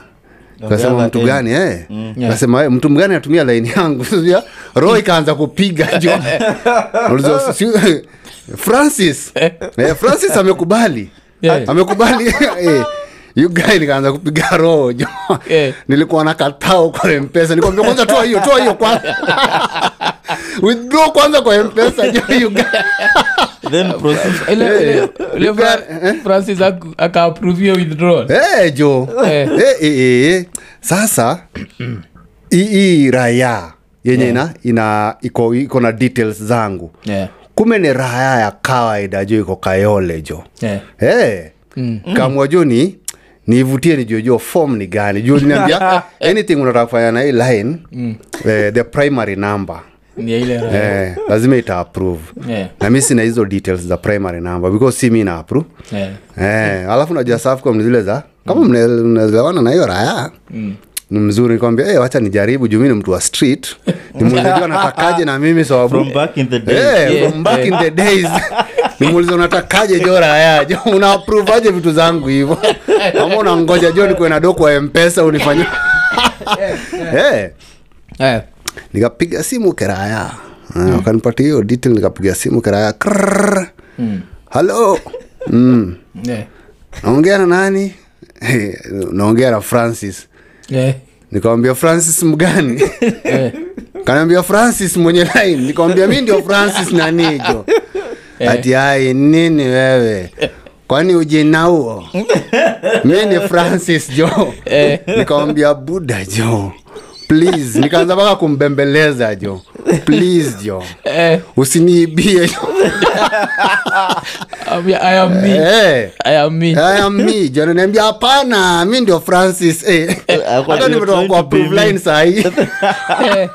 S3: kasema
S4: other
S3: mtu
S4: end.
S3: gani eh?
S2: Mm. Yeah.
S3: kasema eh, mtu mgani atumia laini yangu Sasa roho ikaanza kupiga jo Ulizo- si- francis eh, francis amekubali
S2: Yeah.
S3: amekubali eh. You guy nikaanza kupiga roho jo
S2: Eh.
S3: nilikuwa na katao kwa mpesa nikwambia kwanza toa hiyo toa hiyo kwanza withdraw kwanza kwa mpesa jo you guy
S4: then proceed
S2: Ile- ile- ile
S3: Lugha-
S2: Fra- francis aku- akaapprove hiyo withdrawal
S3: Eh, jo
S2: Eh.
S3: Eh, eh, eh, eh. sasa hii- hii raya yenye ina, ina iko, iko na details zangu
S2: Yeah.
S3: kume ni raya ya kawaida jo iko kayole jo
S2: Yeah.
S3: hey. mm. kamwa jo ni niivutie nijuejo form ni gani juu niambia anything unataka kufanya na hii line Eh. mm. eh, the primary number
S2: Ni ya ile raha.
S3: eh, lazima ita approve
S2: Yeah.
S3: na mi sina hizo details za primary number because si mi na approve
S2: Yeah.
S3: eh, alafu najua Safaricom ni zile za kama mna- mnaelewana na hiyo raya
S2: Mm.
S3: ni mzuri nikwambia hey, wacha nijaribu juu mi ni mtu wa street nimuulize jua natakaje na mimi sababu
S4: from back in the
S3: Eh,
S4: day
S2: Yeah.
S3: from back in the days nimuulize unatakaje jo raya jo una approve aje vitu zangu hivyo ama unangoja jo nikuwe na doko wa mpesa unifanye Eh,
S2: Yeah.
S3: nikapiga simu keraya mm. wakanipatia hiyo detail nikapiga simu keraya Krrrr. halo mm
S2: Yeah.
S3: naongea na nani naongea na francis
S2: Yeah.
S3: nikawambia francis mgani
S2: Yeah.
S3: kanaambia francis mwenye line nikawambia mi ndio francis nanijo
S2: Eh.
S3: ati ai nini wewe kwani ujina huo mi ni francis jo
S2: Eh.
S3: nikawambia buda jo please nikaanza mpaka kumbembeleza jo please jo
S2: Eh.
S3: usiniibie jo
S2: Um, yeah, I am me.
S3: Eh.
S2: I am me.
S3: haya mi jana niambia hapana mi ndio francis eh.
S4: Hakuwa
S3: hata
S4: ndio
S3: nimetoka
S4: trying
S3: kwa
S4: to be
S3: approve line
S4: me.
S3: sahii
S2: Yeah.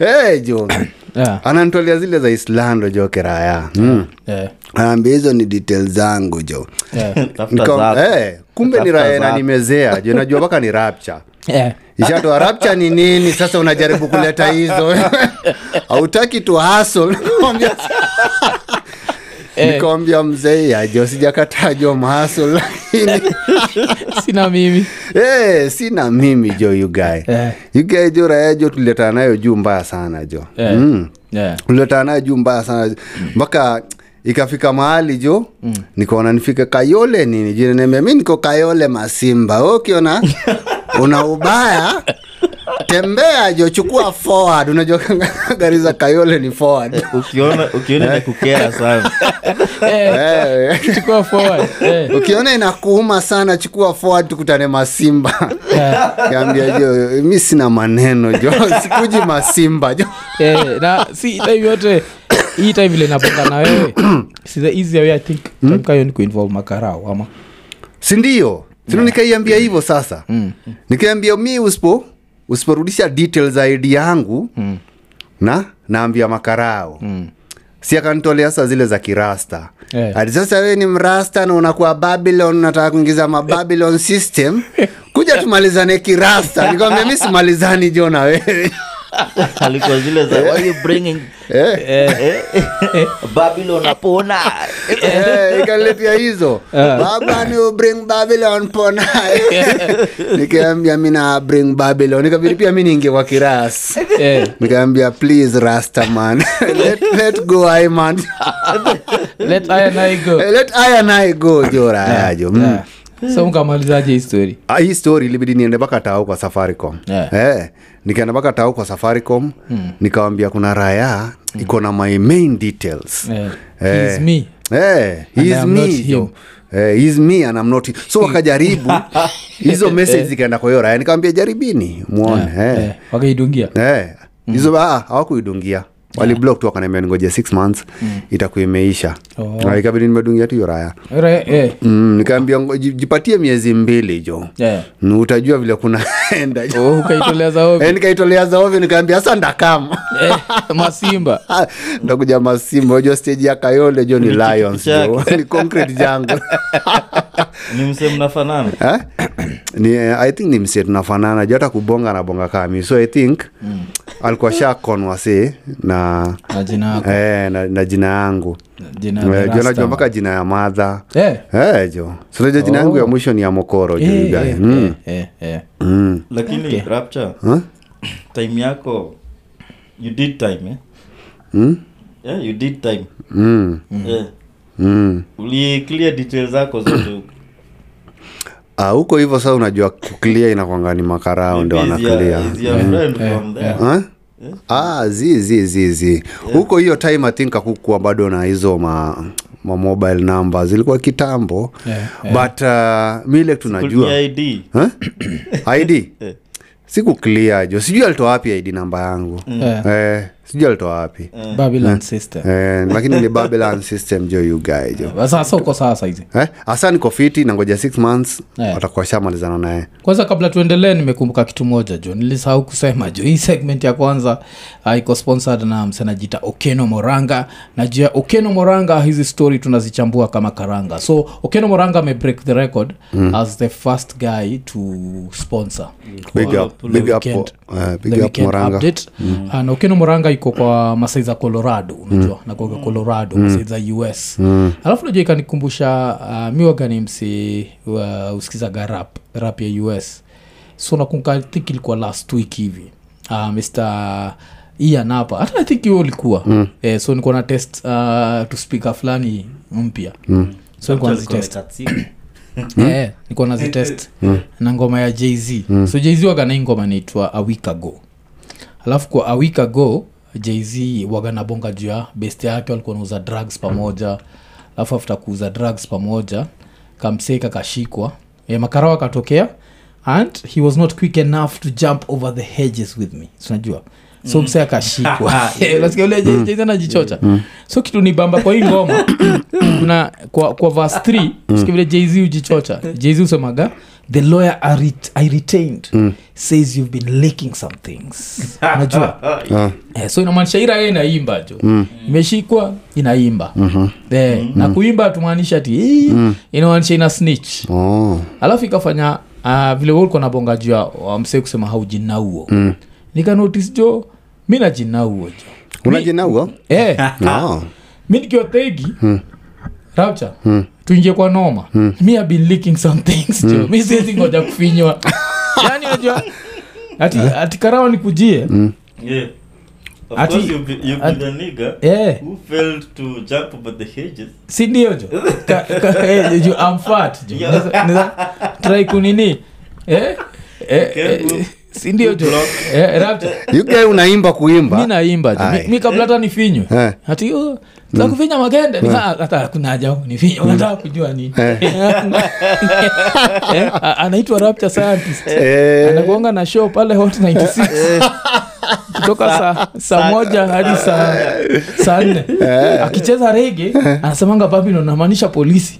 S2: Yeah.
S3: Eh, jo
S2: Yeah.
S3: ananitolea zile za islando jo keraya mm.
S2: Yeah.
S3: anaambia hizo ni details zangu jo
S2: Yeah.
S4: Tafuta
S3: Nikam-
S4: zako.
S3: eh, kumbe ni
S4: Tafuta
S3: raya
S4: zako.
S3: nanimezea jo najua mpaka ni rapture
S2: Yeah.
S3: ishatoa rapture ni nini sasa unajaribu kuleta hizo hautaki tu hasl
S2: Eh.
S3: nikawambia mzee yajo sijakataa jo mahasl lakini
S2: sina mimi
S3: Eh, sina mimi jo yugae
S2: Eh.
S3: yugae jo raya jo tuliletana nayo juu mbaya sana jo
S2: Eh.
S3: mm.
S2: yeah.
S3: tuliletana nayo juu mbaya sana mpaka ikafika mahali jo mm. nikaona nifike kayole nini jinanembea mi niko kayole masimba We ukiona una ubaya tembea jo chukua forward unajua gari za kayole ni forward
S4: ukiona ukiona ni kukera sana
S2: Eh,
S3: Eh,
S2: chukua forward Eh,
S3: ukiona inakuuma sana chukua forward tukutane masimba
S2: yeah.
S3: kaambia jo mi sina maneno jo sikuji masimba jo
S2: Eh, na si time yote hii time ile napanga na wewe si the easier way i think tamkayo ni kuinvolve makarao ama
S3: sindio sino nikaiambia hivyo sasa nikaiambia mi usipo usiporudisha details za id yangu na naambia makarao si akanitolea sa zile za kirasta
S2: Eh.
S3: ati sasa wewe ni mrasta na unakuwa babylon nataka kuingiza mababylon system kuja tumalizane kirasta nikwambia mi simalizani jo na wewe
S4: alikuwa zile za why you bringing Eh, eh, babylon apona
S3: Eh, ikaletea hizo
S2: Eh.
S3: baba ni ubring babylon ponae nikaambia mina bring babylon ikabidi pia mi niingie kwa kiras
S2: Eh,
S3: nikaambia please rastaman let, let go iman
S2: let I and I go
S3: let i and i go jora yajo mm.
S2: Yeah. Eh. so mkamalizaje hii story
S3: Ah, hii story ilibidi niende mpaka tao kwa safaricom
S2: Yeah. Hmm.
S3: eh, nikaenda mpaka tao kwa safaricom mm. nikawambia kuna raya iko na my main details
S2: Eh, he is me.
S3: Eh,
S2: And
S3: he
S2: I
S3: is
S2: am
S3: me,
S2: not him.
S3: yo. Eh, he is me and I'm not him. so wakajaribu hizo message zikaenda kwa hiyo raya nikawambia jaribini mwone eh.
S2: Eh, wakaidungia
S3: Eh,
S2: Mm.
S3: hizo ba- hawakuidungia waliblock tu wakaniambia ningoje 6 months itakuwa imeisha
S2: Mm. Oh.
S3: Na ikabidi nimedungia tu hiyo raya
S2: Ora- eh,
S3: mm, nikaambia ngo- ji- jipatie miezi mbili jo
S2: yeah.
S3: Ni utajua vile kunaenda jo.
S2: Oh, ukaitolea za ovyo.
S3: Eh, nikaitolea za ovyo nikaambia sasa ndakama
S2: Eh, masimba
S3: ndakuja masimba unajua stage ya kayole jo ni lions jo ni concrete jungle
S4: ni mse mnafanana
S3: Eh?
S2: Mm.
S3: ni, eh, i think ni mse tunafanana ju hata kubonga anabonga kami so i think alikuwa shakonwasi na,
S2: na jina yako
S3: eh, na, na jina yangu
S2: jina
S3: Eh,
S2: ya
S3: jo najua
S2: Rasta.
S3: mpaka jina ya madha
S2: Eh,
S3: Eh, jo sinajua jina yangu ya mwisho ni ya mokoro jo you
S2: Oh. eh,
S3: guys.
S2: eh,
S3: Mm,
S2: eh, eh,
S3: mm.
S4: lakini
S2: Okay.
S4: rapture
S3: Huh?
S4: time yako you did time eh?
S3: Mm?
S4: yeah, you did time
S3: Mm,
S2: Hmm.
S4: yeah.
S3: mm.
S4: uli clear details zako zote
S3: Ah, huko hivyo sasa unajua kuklia inakwanga ni makarao ndo
S4: Maybe is your-
S3: wanaklia
S4: is your friend from there.
S2: Eh?
S3: Huh? Ah, zi zi zi zi huko hiyo time i think hakukuwa bado na hizo ma, ma mobile number zilikuwa kitambo
S2: eh.
S3: but uh, mile tunajua
S4: Kutumia ID.
S3: Huh? id
S4: Eh.
S3: siku clear jo sijui alitoa wapi id namba yangu
S2: Eh,
S3: eh, sijui alitoa wapi
S2: Mm. Babylon system.
S3: eh, lakini ni babylon system jo you guy jo
S2: sasa uko saa saizi
S3: eh, hasa niko fiti nangoja 6 months
S2: Eh.
S3: watakuwa shamalizana naye
S2: kwanza kabla tuendelee nimekumbuka kitu moja jo nilisahau kusema jo hii segment ya kwanza ah, iko sponsored na msanajita okeno moranga na jia okeno moranga hizi story tunazichambua kama karanga so okeno moranga amebreak the record mm. as the first guy to sponsor
S3: big
S2: Kwa
S3: up
S2: the
S3: big up
S2: weekend.
S3: eh,
S2: The
S3: big up
S2: Weekend
S3: moranga
S2: update. Ah, na ukeno moranga iko kwa masai za colorado unajua mm. nakuaga colorado mm. masai za us mm. alafu najua ikanikumbusha uh, miwagani msi uh, usikizaga rap rap ya us so nakumbuka I think ilikuwa last week hivi uh, mr ian hapa hata i think hiyo ulikuwa mm. eh, so nikuwa na test uh, tuspika fulani mpya mm. so nikuwa nazitest Eh, niko nazitest na ngoma ya jz mm. so jz wagana hii ngoma naitwa a week ago alafu kwa a week ago jz waganabonga juu ya best yake walikuwa nauza drugs pamoja alafu afta kuuza drugs pamoja kamsee kakashikwa e, makarao akatokea and he was not quick enough to jump over the hedges with me sunajua so msee akashikwa nasikia ule Jay- Jay-Z anajichocha so kitu ni bamba kwa hii ngoma kuna kwa, kwa verse 3 sikia vile jz ujichocha jz usemaga the lawyer I, ret- I retained says you've been leaking some things unajua
S3: Ah.
S2: eh, so inamaanisha ira yeye inaimba jo mm. imeshikwa inaimba mm-hmm. eh, mm-hmm. na kuimba tumaanisha ti mm. inamaanisha ina snitch
S3: Oh.
S2: alafu ikafanya uh, vile ulikuwa nabonga juu ya wamsee kusema haujinauo mm. nikanotis jo mi najinauo jo
S3: unajina huo
S2: eh,
S3: no.
S2: mi nikiwa thegi rapcha tuingie kwa noma mi have been leaking some things jo mi siwezi ngoja kufinywa yani unajua ati, ati karawa nikujie
S4: Yeah. Of
S2: Ati-
S4: course you'll be- you'll be
S2: ati-
S4: the nigger
S2: eh.
S4: who failed to jump over the hedges.
S2: sindio jo Ka- ka- eh, ju- I'm fat, jo
S4: Yeah.
S2: Naza- naza- try kunini eh? Eh, eh,
S4: Careful.
S2: sindio jo
S4: Block.
S2: Eh, rapture.
S3: you guy unaimba
S2: mi
S3: kuimba
S2: naimba jo
S3: Aye.
S2: Mi- mi kabla hata nifinywe
S3: Eh. Mm.
S2: hati takufinya magende Nika, "Ah, hata kuna haja nifinya unataka kujua nini Eh, a- anaitwa rapture scientist
S3: Eh.
S2: anakuanga na show pale hot 96 kutoka saa saa moja hadi
S3: Eh.
S2: saa saa nne akicheza rege
S3: Eh.
S2: anasemanga babino namaanisha polisi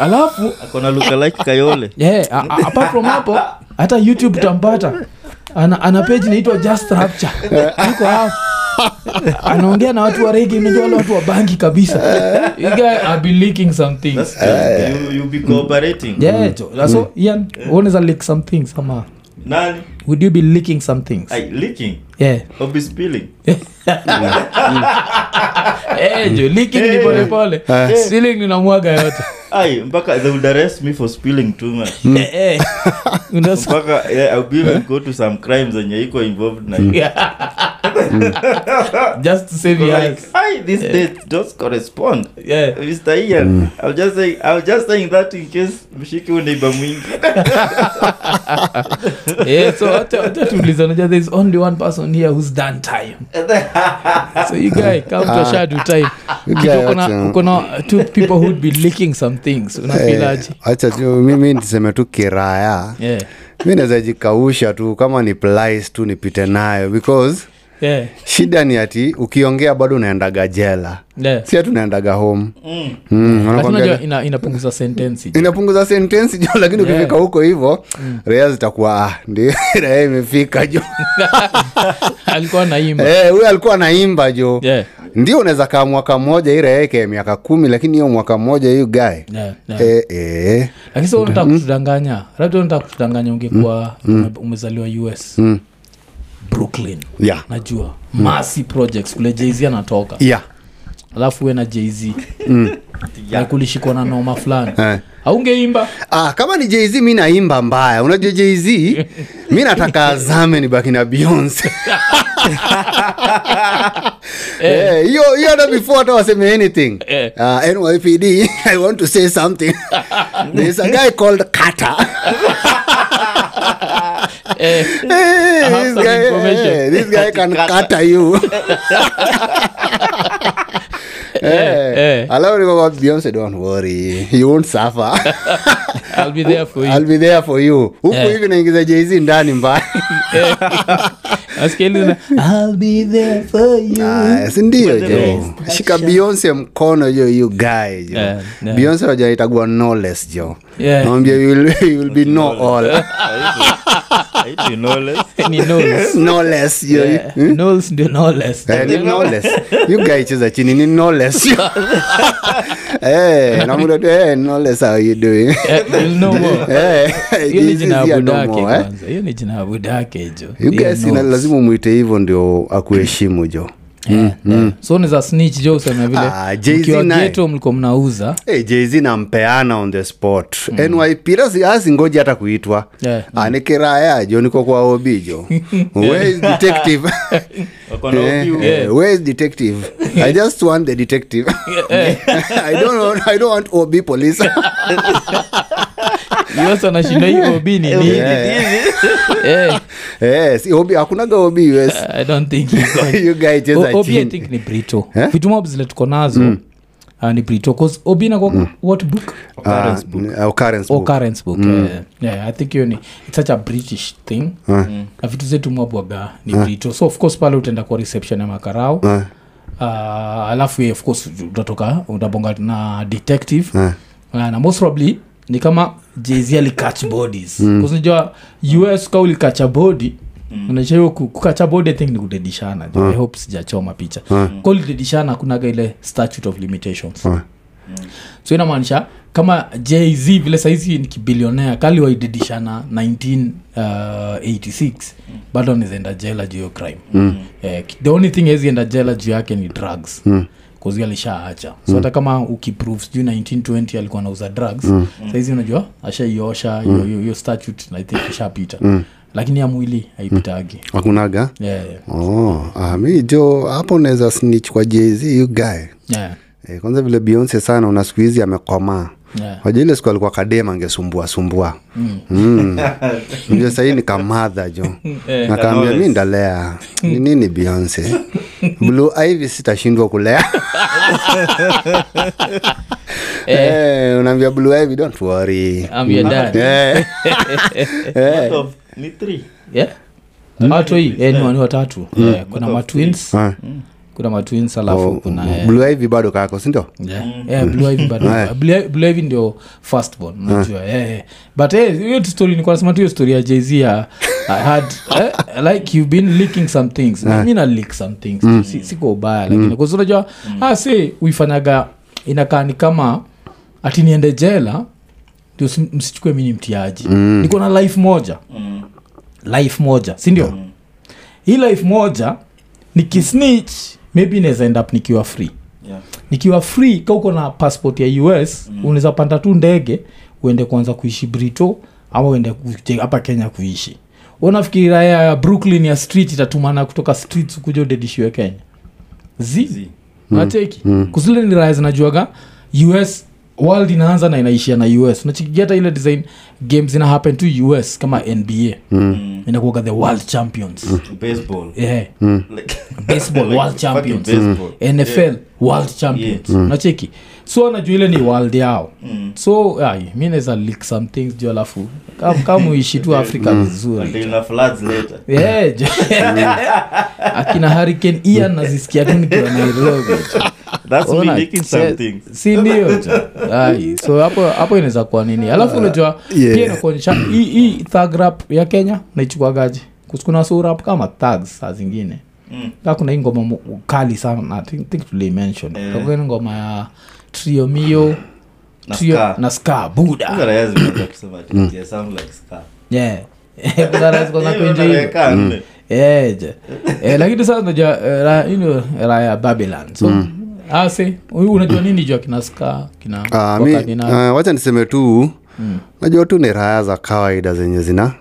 S2: alafu
S4: akona lookalike kayole
S2: yeah, a- a- apart from hapo hata youtube utampata ana, ana page inaitwa just rapture iko hapo anaongea na watu wa rege unajua wale watu wa bangi kabisa You guy are be leaking some things
S4: You- you'll be cooperating
S2: yeah, jo. so ian unaweza leak some things ama
S4: nani
S2: would you be leaking some things
S4: Ai, leaking
S2: yeah
S4: or be spilling
S2: Eh, jo leaking ni polepole Stealing ninamwaga yote
S4: ai mpaka they would arrest me for spilling too much
S2: Eh, eh. Unas-
S4: mpaka yeah, I'll be even go to some crimes enye iko involved na hiyo.
S2: just to save
S4: Go
S2: your
S4: like,
S2: eyes
S4: ai this date does correspond
S2: yeah
S4: mr ian i'm just saying i'm just saying that in case mshiki unaiba mwingi
S2: yeah, Eh, so acha- acha tuulize, unajua there is only one person here who's done time so you guy come to shadow time
S3: Ah. You guy,
S2: Kitu uko na-
S3: acha. Eh.
S2: uko na two people who'd be leaking some things unafilaji
S3: hacha mimi niseme tu kiraya
S2: yeah
S3: mi naweza jikausha tu kama ni plies tu nipite nayo because
S2: yeah
S3: shida ni ati ukiongea bado unaendaga jela
S2: yeah
S3: si ati unaendaga home mm,
S2: lakini
S3: wanakuambia-
S2: unajua ina- inapunguza sentensi
S3: inapunguza sentensi jo lakini
S2: Yeah. Mm.
S3: ukifika huko hivo rea zitakuwa ah, ndio rea imefika jo
S2: alikuwa naimba
S3: Eh, huyo alikuwa anaimba jo
S2: yeah
S3: ndio unaweza kaa mwaka mmoja ira yake miaka kumi lakini hiyo mwaka mmoja hiyo gae
S2: yeah, yeah.
S3: Eh, eh.
S2: lakini sa
S3: Mm-hmm.
S2: unataka kutudanganya labda unataka kutudanganya ungekuwa ume- umezaliwa us brooklyn
S3: Mm. yeah
S2: najua masi projects kule jz anatoka
S3: yeah
S2: alafu we na jz na
S4: Yeah.
S2: kulishikwa na noma fulani
S3: Mm. Eh.
S2: aungeimba
S3: Ah, kama ni jz mi naimba mbaya unajua jz mi nataka azame ni baki na beyonce Eh, hiyo hiyo hata before hata waseme anything
S2: Eh.
S3: Ah, nypd i want to say something there's a guy called kata
S2: Uh-huh, eh,
S3: Eh,
S2: have
S3: this
S2: some
S3: guy-
S2: information.
S3: eh, this guy can kata you
S2: eh.
S3: alafu nikakwambia, beyonce don't worry you won't suffer
S2: I'll be there for you.
S3: I'll be there for you huku
S2: Eh.
S3: hivi naingiza jz ndani mbaya
S2: Nasikia ile na- I'll be there for you.
S3: Ah, si ndio
S4: Whether
S3: jo
S4: it's-
S3: shika beyonce mkono jo you guy jo
S2: Yeah, yeah.
S3: beyonce wajaitagua knowless jo
S2: Yeah.
S3: naambia you will, you will be no all
S4: I do know less.
S2: Ni Knowles.
S3: knowless jo
S2: Yeah.
S3: Hmm?
S2: Knowles ndio Knowles.
S3: Eh, ni knowless you guy cheza chini ni knowless jo eh namuda tu eh knowless how you doing
S2: Eh, you'll know more.
S3: eh
S2: hiyo ni
S3: this is
S2: jina ya
S3: your no
S2: budake
S3: more, eh.
S2: kwanza hiyo ni jina ya budake jo
S3: you
S2: Hiyo
S3: guys ina-
S2: Knowles.
S3: lazima umwite hivyo ndio akuheshimu jo Hmm,
S2: Eh, eh. so ni za snitch jo useme
S3: Mm. Ah,
S2: vile
S3: Jay-Z
S2: mkiwa
S3: naye.
S2: geto mliko mnauza
S3: Hey, jz nampeana on the spot mm. nypirasingoji hata kuitwa
S2: Hmm.
S3: Ah,
S2: Yeah.
S3: anikiraya jo niko kwa obi jo Where is detective
S4: Wako na
S3: Eh,
S4: ukiu.
S3: eh, where is detective i just want the detective
S2: eh.
S3: I, don't want, i don't want ob police
S2: yosa anashinda hiyo obi ni nini Eh,
S3: yes ob hakunaga ob us
S2: i don't think he got
S3: you guy cheza
S2: O- obi i
S3: chini
S2: think ni brito
S3: Eh?
S2: vitu mob zile tuko nazo ah, ni brito cause obi nakwa what book
S3: Ah, n- occurrence
S2: or
S3: book.
S2: currents book eh. yeah, i think hiyo ni it's such a british thing na vitu zetu mwabwaga ni brito so of course pale utaenda kwa reception ya makarao
S3: Ah,
S2: uh, alafu ye, of course utatoka utabonga na detective
S3: ah,
S2: uh, na most probably ni kama jz alicatch bodies kusinajua us ka ulikacha body unaisha hiyo ku- kukacha body i think ni kudedishana i hope sijachoma picha mm. ka ulidedishana kunaga ile statute of limitations
S3: ah.
S2: so inamaanisha kama jz vile saizi ni kibilionea kali waididishana 1986 bado anaezaenda jela juu hiyo crime mm. eh, ki- the only thing ezienda jela juu yake ni drugs mm kozi alishaacha so hata kama ukiprove sijuu 1920 alikuwa nauza drugs mm. saizi unajua ashaiosha hiyo hiyo- hiyo statute na i think ishapita lakini ya mwili haipitagi
S3: hakunaga
S2: yeah, yeah.
S3: oh, ah, mi jo hapo unaweza snitch kwa jz you guy
S2: yeah.
S3: e, kwanza vile beyonce sana una siku hizi amekomaa
S2: Yeah.
S3: waja ile siku alikuwa kadema angesumbua sumbua Mm. Unajua sahii ni kamadha jo
S2: Eh,
S3: nakaambia mi ndalea ni nini beyonce blue ivy sitashindwa kulea Eh, unaambia blue ivy don't worry
S2: I'm your dad.
S3: Eh,
S4: Out of- Ni three.
S2: yeah. watu hii eh, ni wani watatu yeah. kuna matwins
S3: ah,
S2: kuna matwins alafu
S3: oh,
S2: kuna eh,
S3: blue ivy bado kako sindio
S2: yeah. Yeah, Blue Ivy bado-
S3: Yeah.
S2: Blue- Blue Ivy ndio firstborn unajua eh, eh. but eh, hiyo tu story nilikuwa nasema tu hiyo story ya jz ya I had, eh, like you've been leaking some things mi na leak some things si, siko ubaya lakini kwa sababu unajua ah, si uifanyaga inakaa ni kama ati niende jela ndio si- msichukue mi ni mtiaji niko na life moja
S4: Mm,
S2: life moja sindio hii life moja nikisnitch maybe inaweza end up nikiwa free
S4: Yeah.
S2: nikiwa free ka uko na passport ya us mm. unaweza panda tu ndege uende kuanza kuishi brito ama uende kuje- hapa kenya kuishi unafikiri raya ya brooklyn ya street itatumana kutoka streets kuja udedishiwe kenya z
S4: Zi.
S2: unacheki mm. kuzile ni raya zinajuaga us world inaanza na inaishia na us unacheki hata ile design games ina happen to us kama nba mm. inakuaga the world champions Eh. mm.
S4: Baseball.
S2: yeah
S4: Like-
S2: Baseball,
S4: like
S2: world
S4: fucking
S2: champions. Mm.
S4: baseball.
S2: nfl
S4: Yeah.
S2: world champions nacheki so anajua ile ni world yao
S4: Mm.
S2: so ay, mi naweza lik some things juu alafu kam- kama uishi tu afrika
S4: Until
S2: vizuri
S4: na floods later.
S2: Yeah, jo-
S4: Mm.
S2: akina hurricane ian nazisikia tu nikiwa nairobi jo.
S4: That's me
S2: Ona,
S4: leaking
S2: se-
S4: some things.
S2: si ndio jo Ai, so hapo hapo inaweza kuwa nini alafu
S4: Uh,
S2: unajua
S3: yeah.
S2: pia inakuonyesha hii- hii thug rap ya kenya naichukuagaji kuna surap kama thugs saa zingine
S4: Mm.
S2: ka kuna hii ngoma mu- kali sana I think, think tulimention
S4: Eh.
S2: yeah. ngoma ya triomio
S4: Na Scar.
S2: na ska buda
S4: Sasa lazima nianze kusema ati, "Yeah, sound like scar."
S2: Yeah. Kuna rais kwanza
S4: Hiyo
S2: kuenjoy
S4: unaweka nne.
S2: eje eh, lakini sasa unajua eh, ra- you know, raha ya babylon so ah, see, huyu unajua nini jua kinaska kina
S3: Ah,
S2: kwa Hmm.
S3: mi-
S2: kardinali.
S3: ah, wacha niseme tu najua tu ni raya za kawaida zenye zina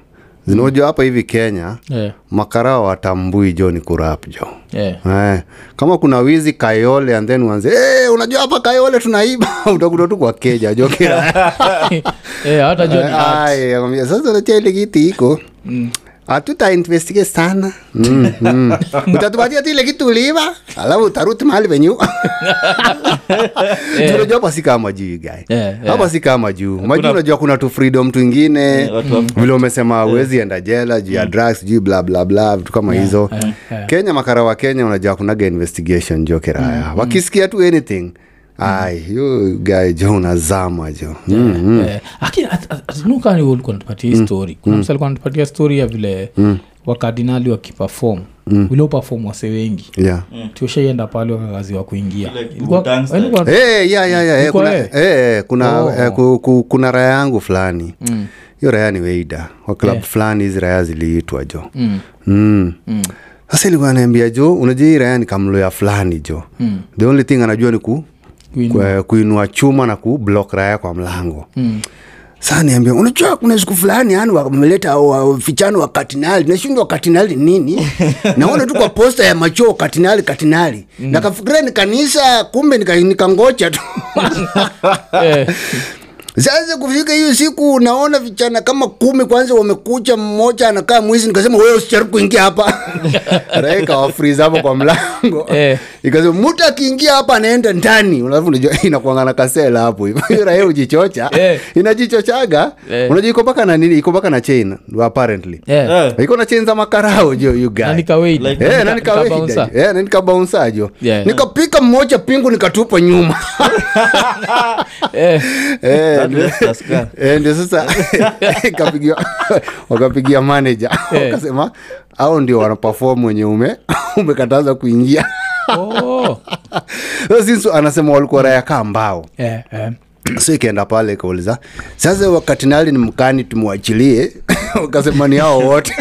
S3: zinajua hapa hivi kenya
S2: Eh,
S3: makarao watambui jo ni kurap jo
S2: eh.
S3: Eh, kama kuna wizi kayole and then wanze hey, unajua hapa kayole tunaiba utakuta tu kwa keja jokera
S2: Eh, hata jua ni art.
S3: sasa unajua ile kiti iko
S2: Mm.
S3: Ah, hatutainvestige sana mm, mm. utatupatia tu ile kitu uliiba alafu utaruti mahali penyu tunajua hapa si kama juu gae
S2: Eh, eh.
S3: hapa si kama juu majuu unajua kuna tu freedom twingine
S4: watu wa-
S3: vile umesema
S2: Eh.
S3: huwezi enda jela juu ya
S2: Mm.
S3: drugs juu bla bla bla vitu kama hizo
S2: yeah.
S3: kenya makara wa kenya unajua kunaga investigation jo kiraya
S2: Mm.
S3: wakisikia tu anything ai yu gae jo unazama jo Mm, mm.
S2: Eh, lakini at- at- at- no kani wewe ulikuwa unatupatia hii story kuna msa alikuwa anatupatia story ya vile wakardinali wakiperform vile uperform wase wengi
S3: yeah
S2: tushaienda pale wakagaziwa kuingia
S4: Like
S2: Ilikuwa-
S4: Wu-Tang style.
S2: ilikuwa-
S3: Eh, ya, ya, ya, eh,
S2: Uko
S3: kuna-
S2: wewe?
S3: eh, eh, kuna
S2: Oh.
S3: eh, ku- ku- kuna raya yangu fulani hiyo raya ni weida kwa klab fulani hizi raya ziliitwa jo mm. sasa ilikuwa naambia jo unajua hii raya ni kamloya fulani jo the only thing anajua ni ku
S2: Kuinua.
S3: kue- kuinua chuma na kublock raya kwa mlango saa niambia unajua kuna siku fulani yani wameleta vichano wa katinali nashindwa katinali nini naona tu kwa posta ya machoo katinali katinali mm. nakafikiria ni kanisa kumbe nika- nikangocha tu
S2: Eh,
S3: sasa kufika hiyo siku naona vichana kama kumi kwanza wamekucha mmoja anakaa mwizi nikasema wewe usijaribu kuingia hapa raika wafriza hapo kwa mlango
S2: Eh.
S3: ikasema mtu akiingia hapa anaenda ndani alafu unajua inakuanga na kasela hapo hivyo hiyo raia ujichocha
S2: Eh.
S3: inajichochaga
S2: Eh.
S3: unajua iko mpaka na nini iko mpaka na chain apparently
S2: eh,
S4: Eh,
S3: iko na chain za makarao jo
S2: na
S3: you guy
S2: nikawaid.
S4: Like-
S3: Eh,
S2: Nika-
S3: na nikawaida.
S2: nikabounce.
S3: Eh, na nikabounce jo
S2: Yeah.
S3: nikapika mmoja pingu nikatupa nyuma
S2: Eh,
S3: Eh,
S4: that was the scar.
S3: Eh, ndio sasa ikapigiwa- wakapigia manager
S2: Eh.
S3: wakasema au ndio wanapafom wenye ume umekataza kuingia
S2: oh,
S3: Sasa since anasema walikuwa raya kaa mbao
S2: eh, eh.
S3: so ikaenda pale ikauliza sasa wakatinali ni mkani tumwachilie wakasema ni hao wote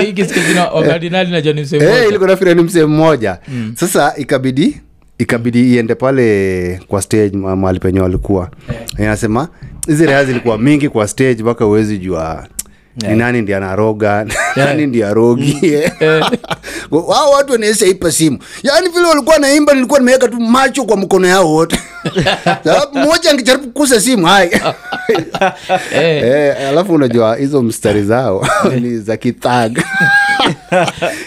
S2: Hii kisiki kina wakardinali na Johnny Msemo.
S3: Eh, ilikuwa nafikiria ni msee mmoja sasa ikabidi ikabidi iende pale kwa stage ma- mahali penye walikuwa inasema hizi reha zilikuwa mingi kwa stage mpaka huwezi jua ni nani ndi anaroga nani ndi arogi wao watu wanaweza ipa simu yaani vile walikuwa naimba nilikuwa nimeweka tu macho kwa mkono yao wote Sababu mmoja angejaribu kukusa simu hai
S2: Eh,
S3: Eh, alafu unajua hizo mstari zao ni za kitag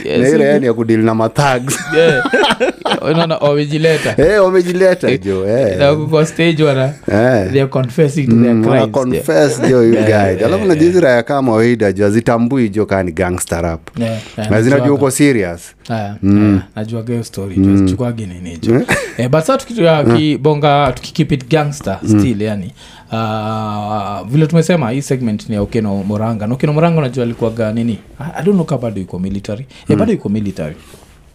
S2: Yes.
S3: na ile yani ya kudili na mathags
S2: eh. Unaona, wamejileta
S3: Eh, wamejileta jo eh.
S2: Na kwa stage wana
S3: Eh.
S2: they are confessing to their
S3: Mm, wana
S2: crimes there.
S3: confess jo you guys. alafu najizira ya kama waida jo azitambui jo kaa ni gangster rap
S2: Eh, eh,
S3: na zinajua
S2: najua
S3: uko serious
S2: Aya, aya, najua gayo Eh, story tuzichukuage ninijo eh, but saa tukituya kibonga tukikeep it gangster still yani uh, vile tumesema hii segment ni ya okeno moranga na okeno moranga unajua alikuwaga nini I- i don't know ka bado iko military eh, bado iko military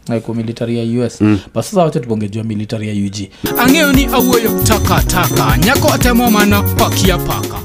S2: Na iko military ya us but sasa wacha tubongejua military ya ug
S1: ang'eyo ni awuoyo takataka nyako atemo mana pakia paka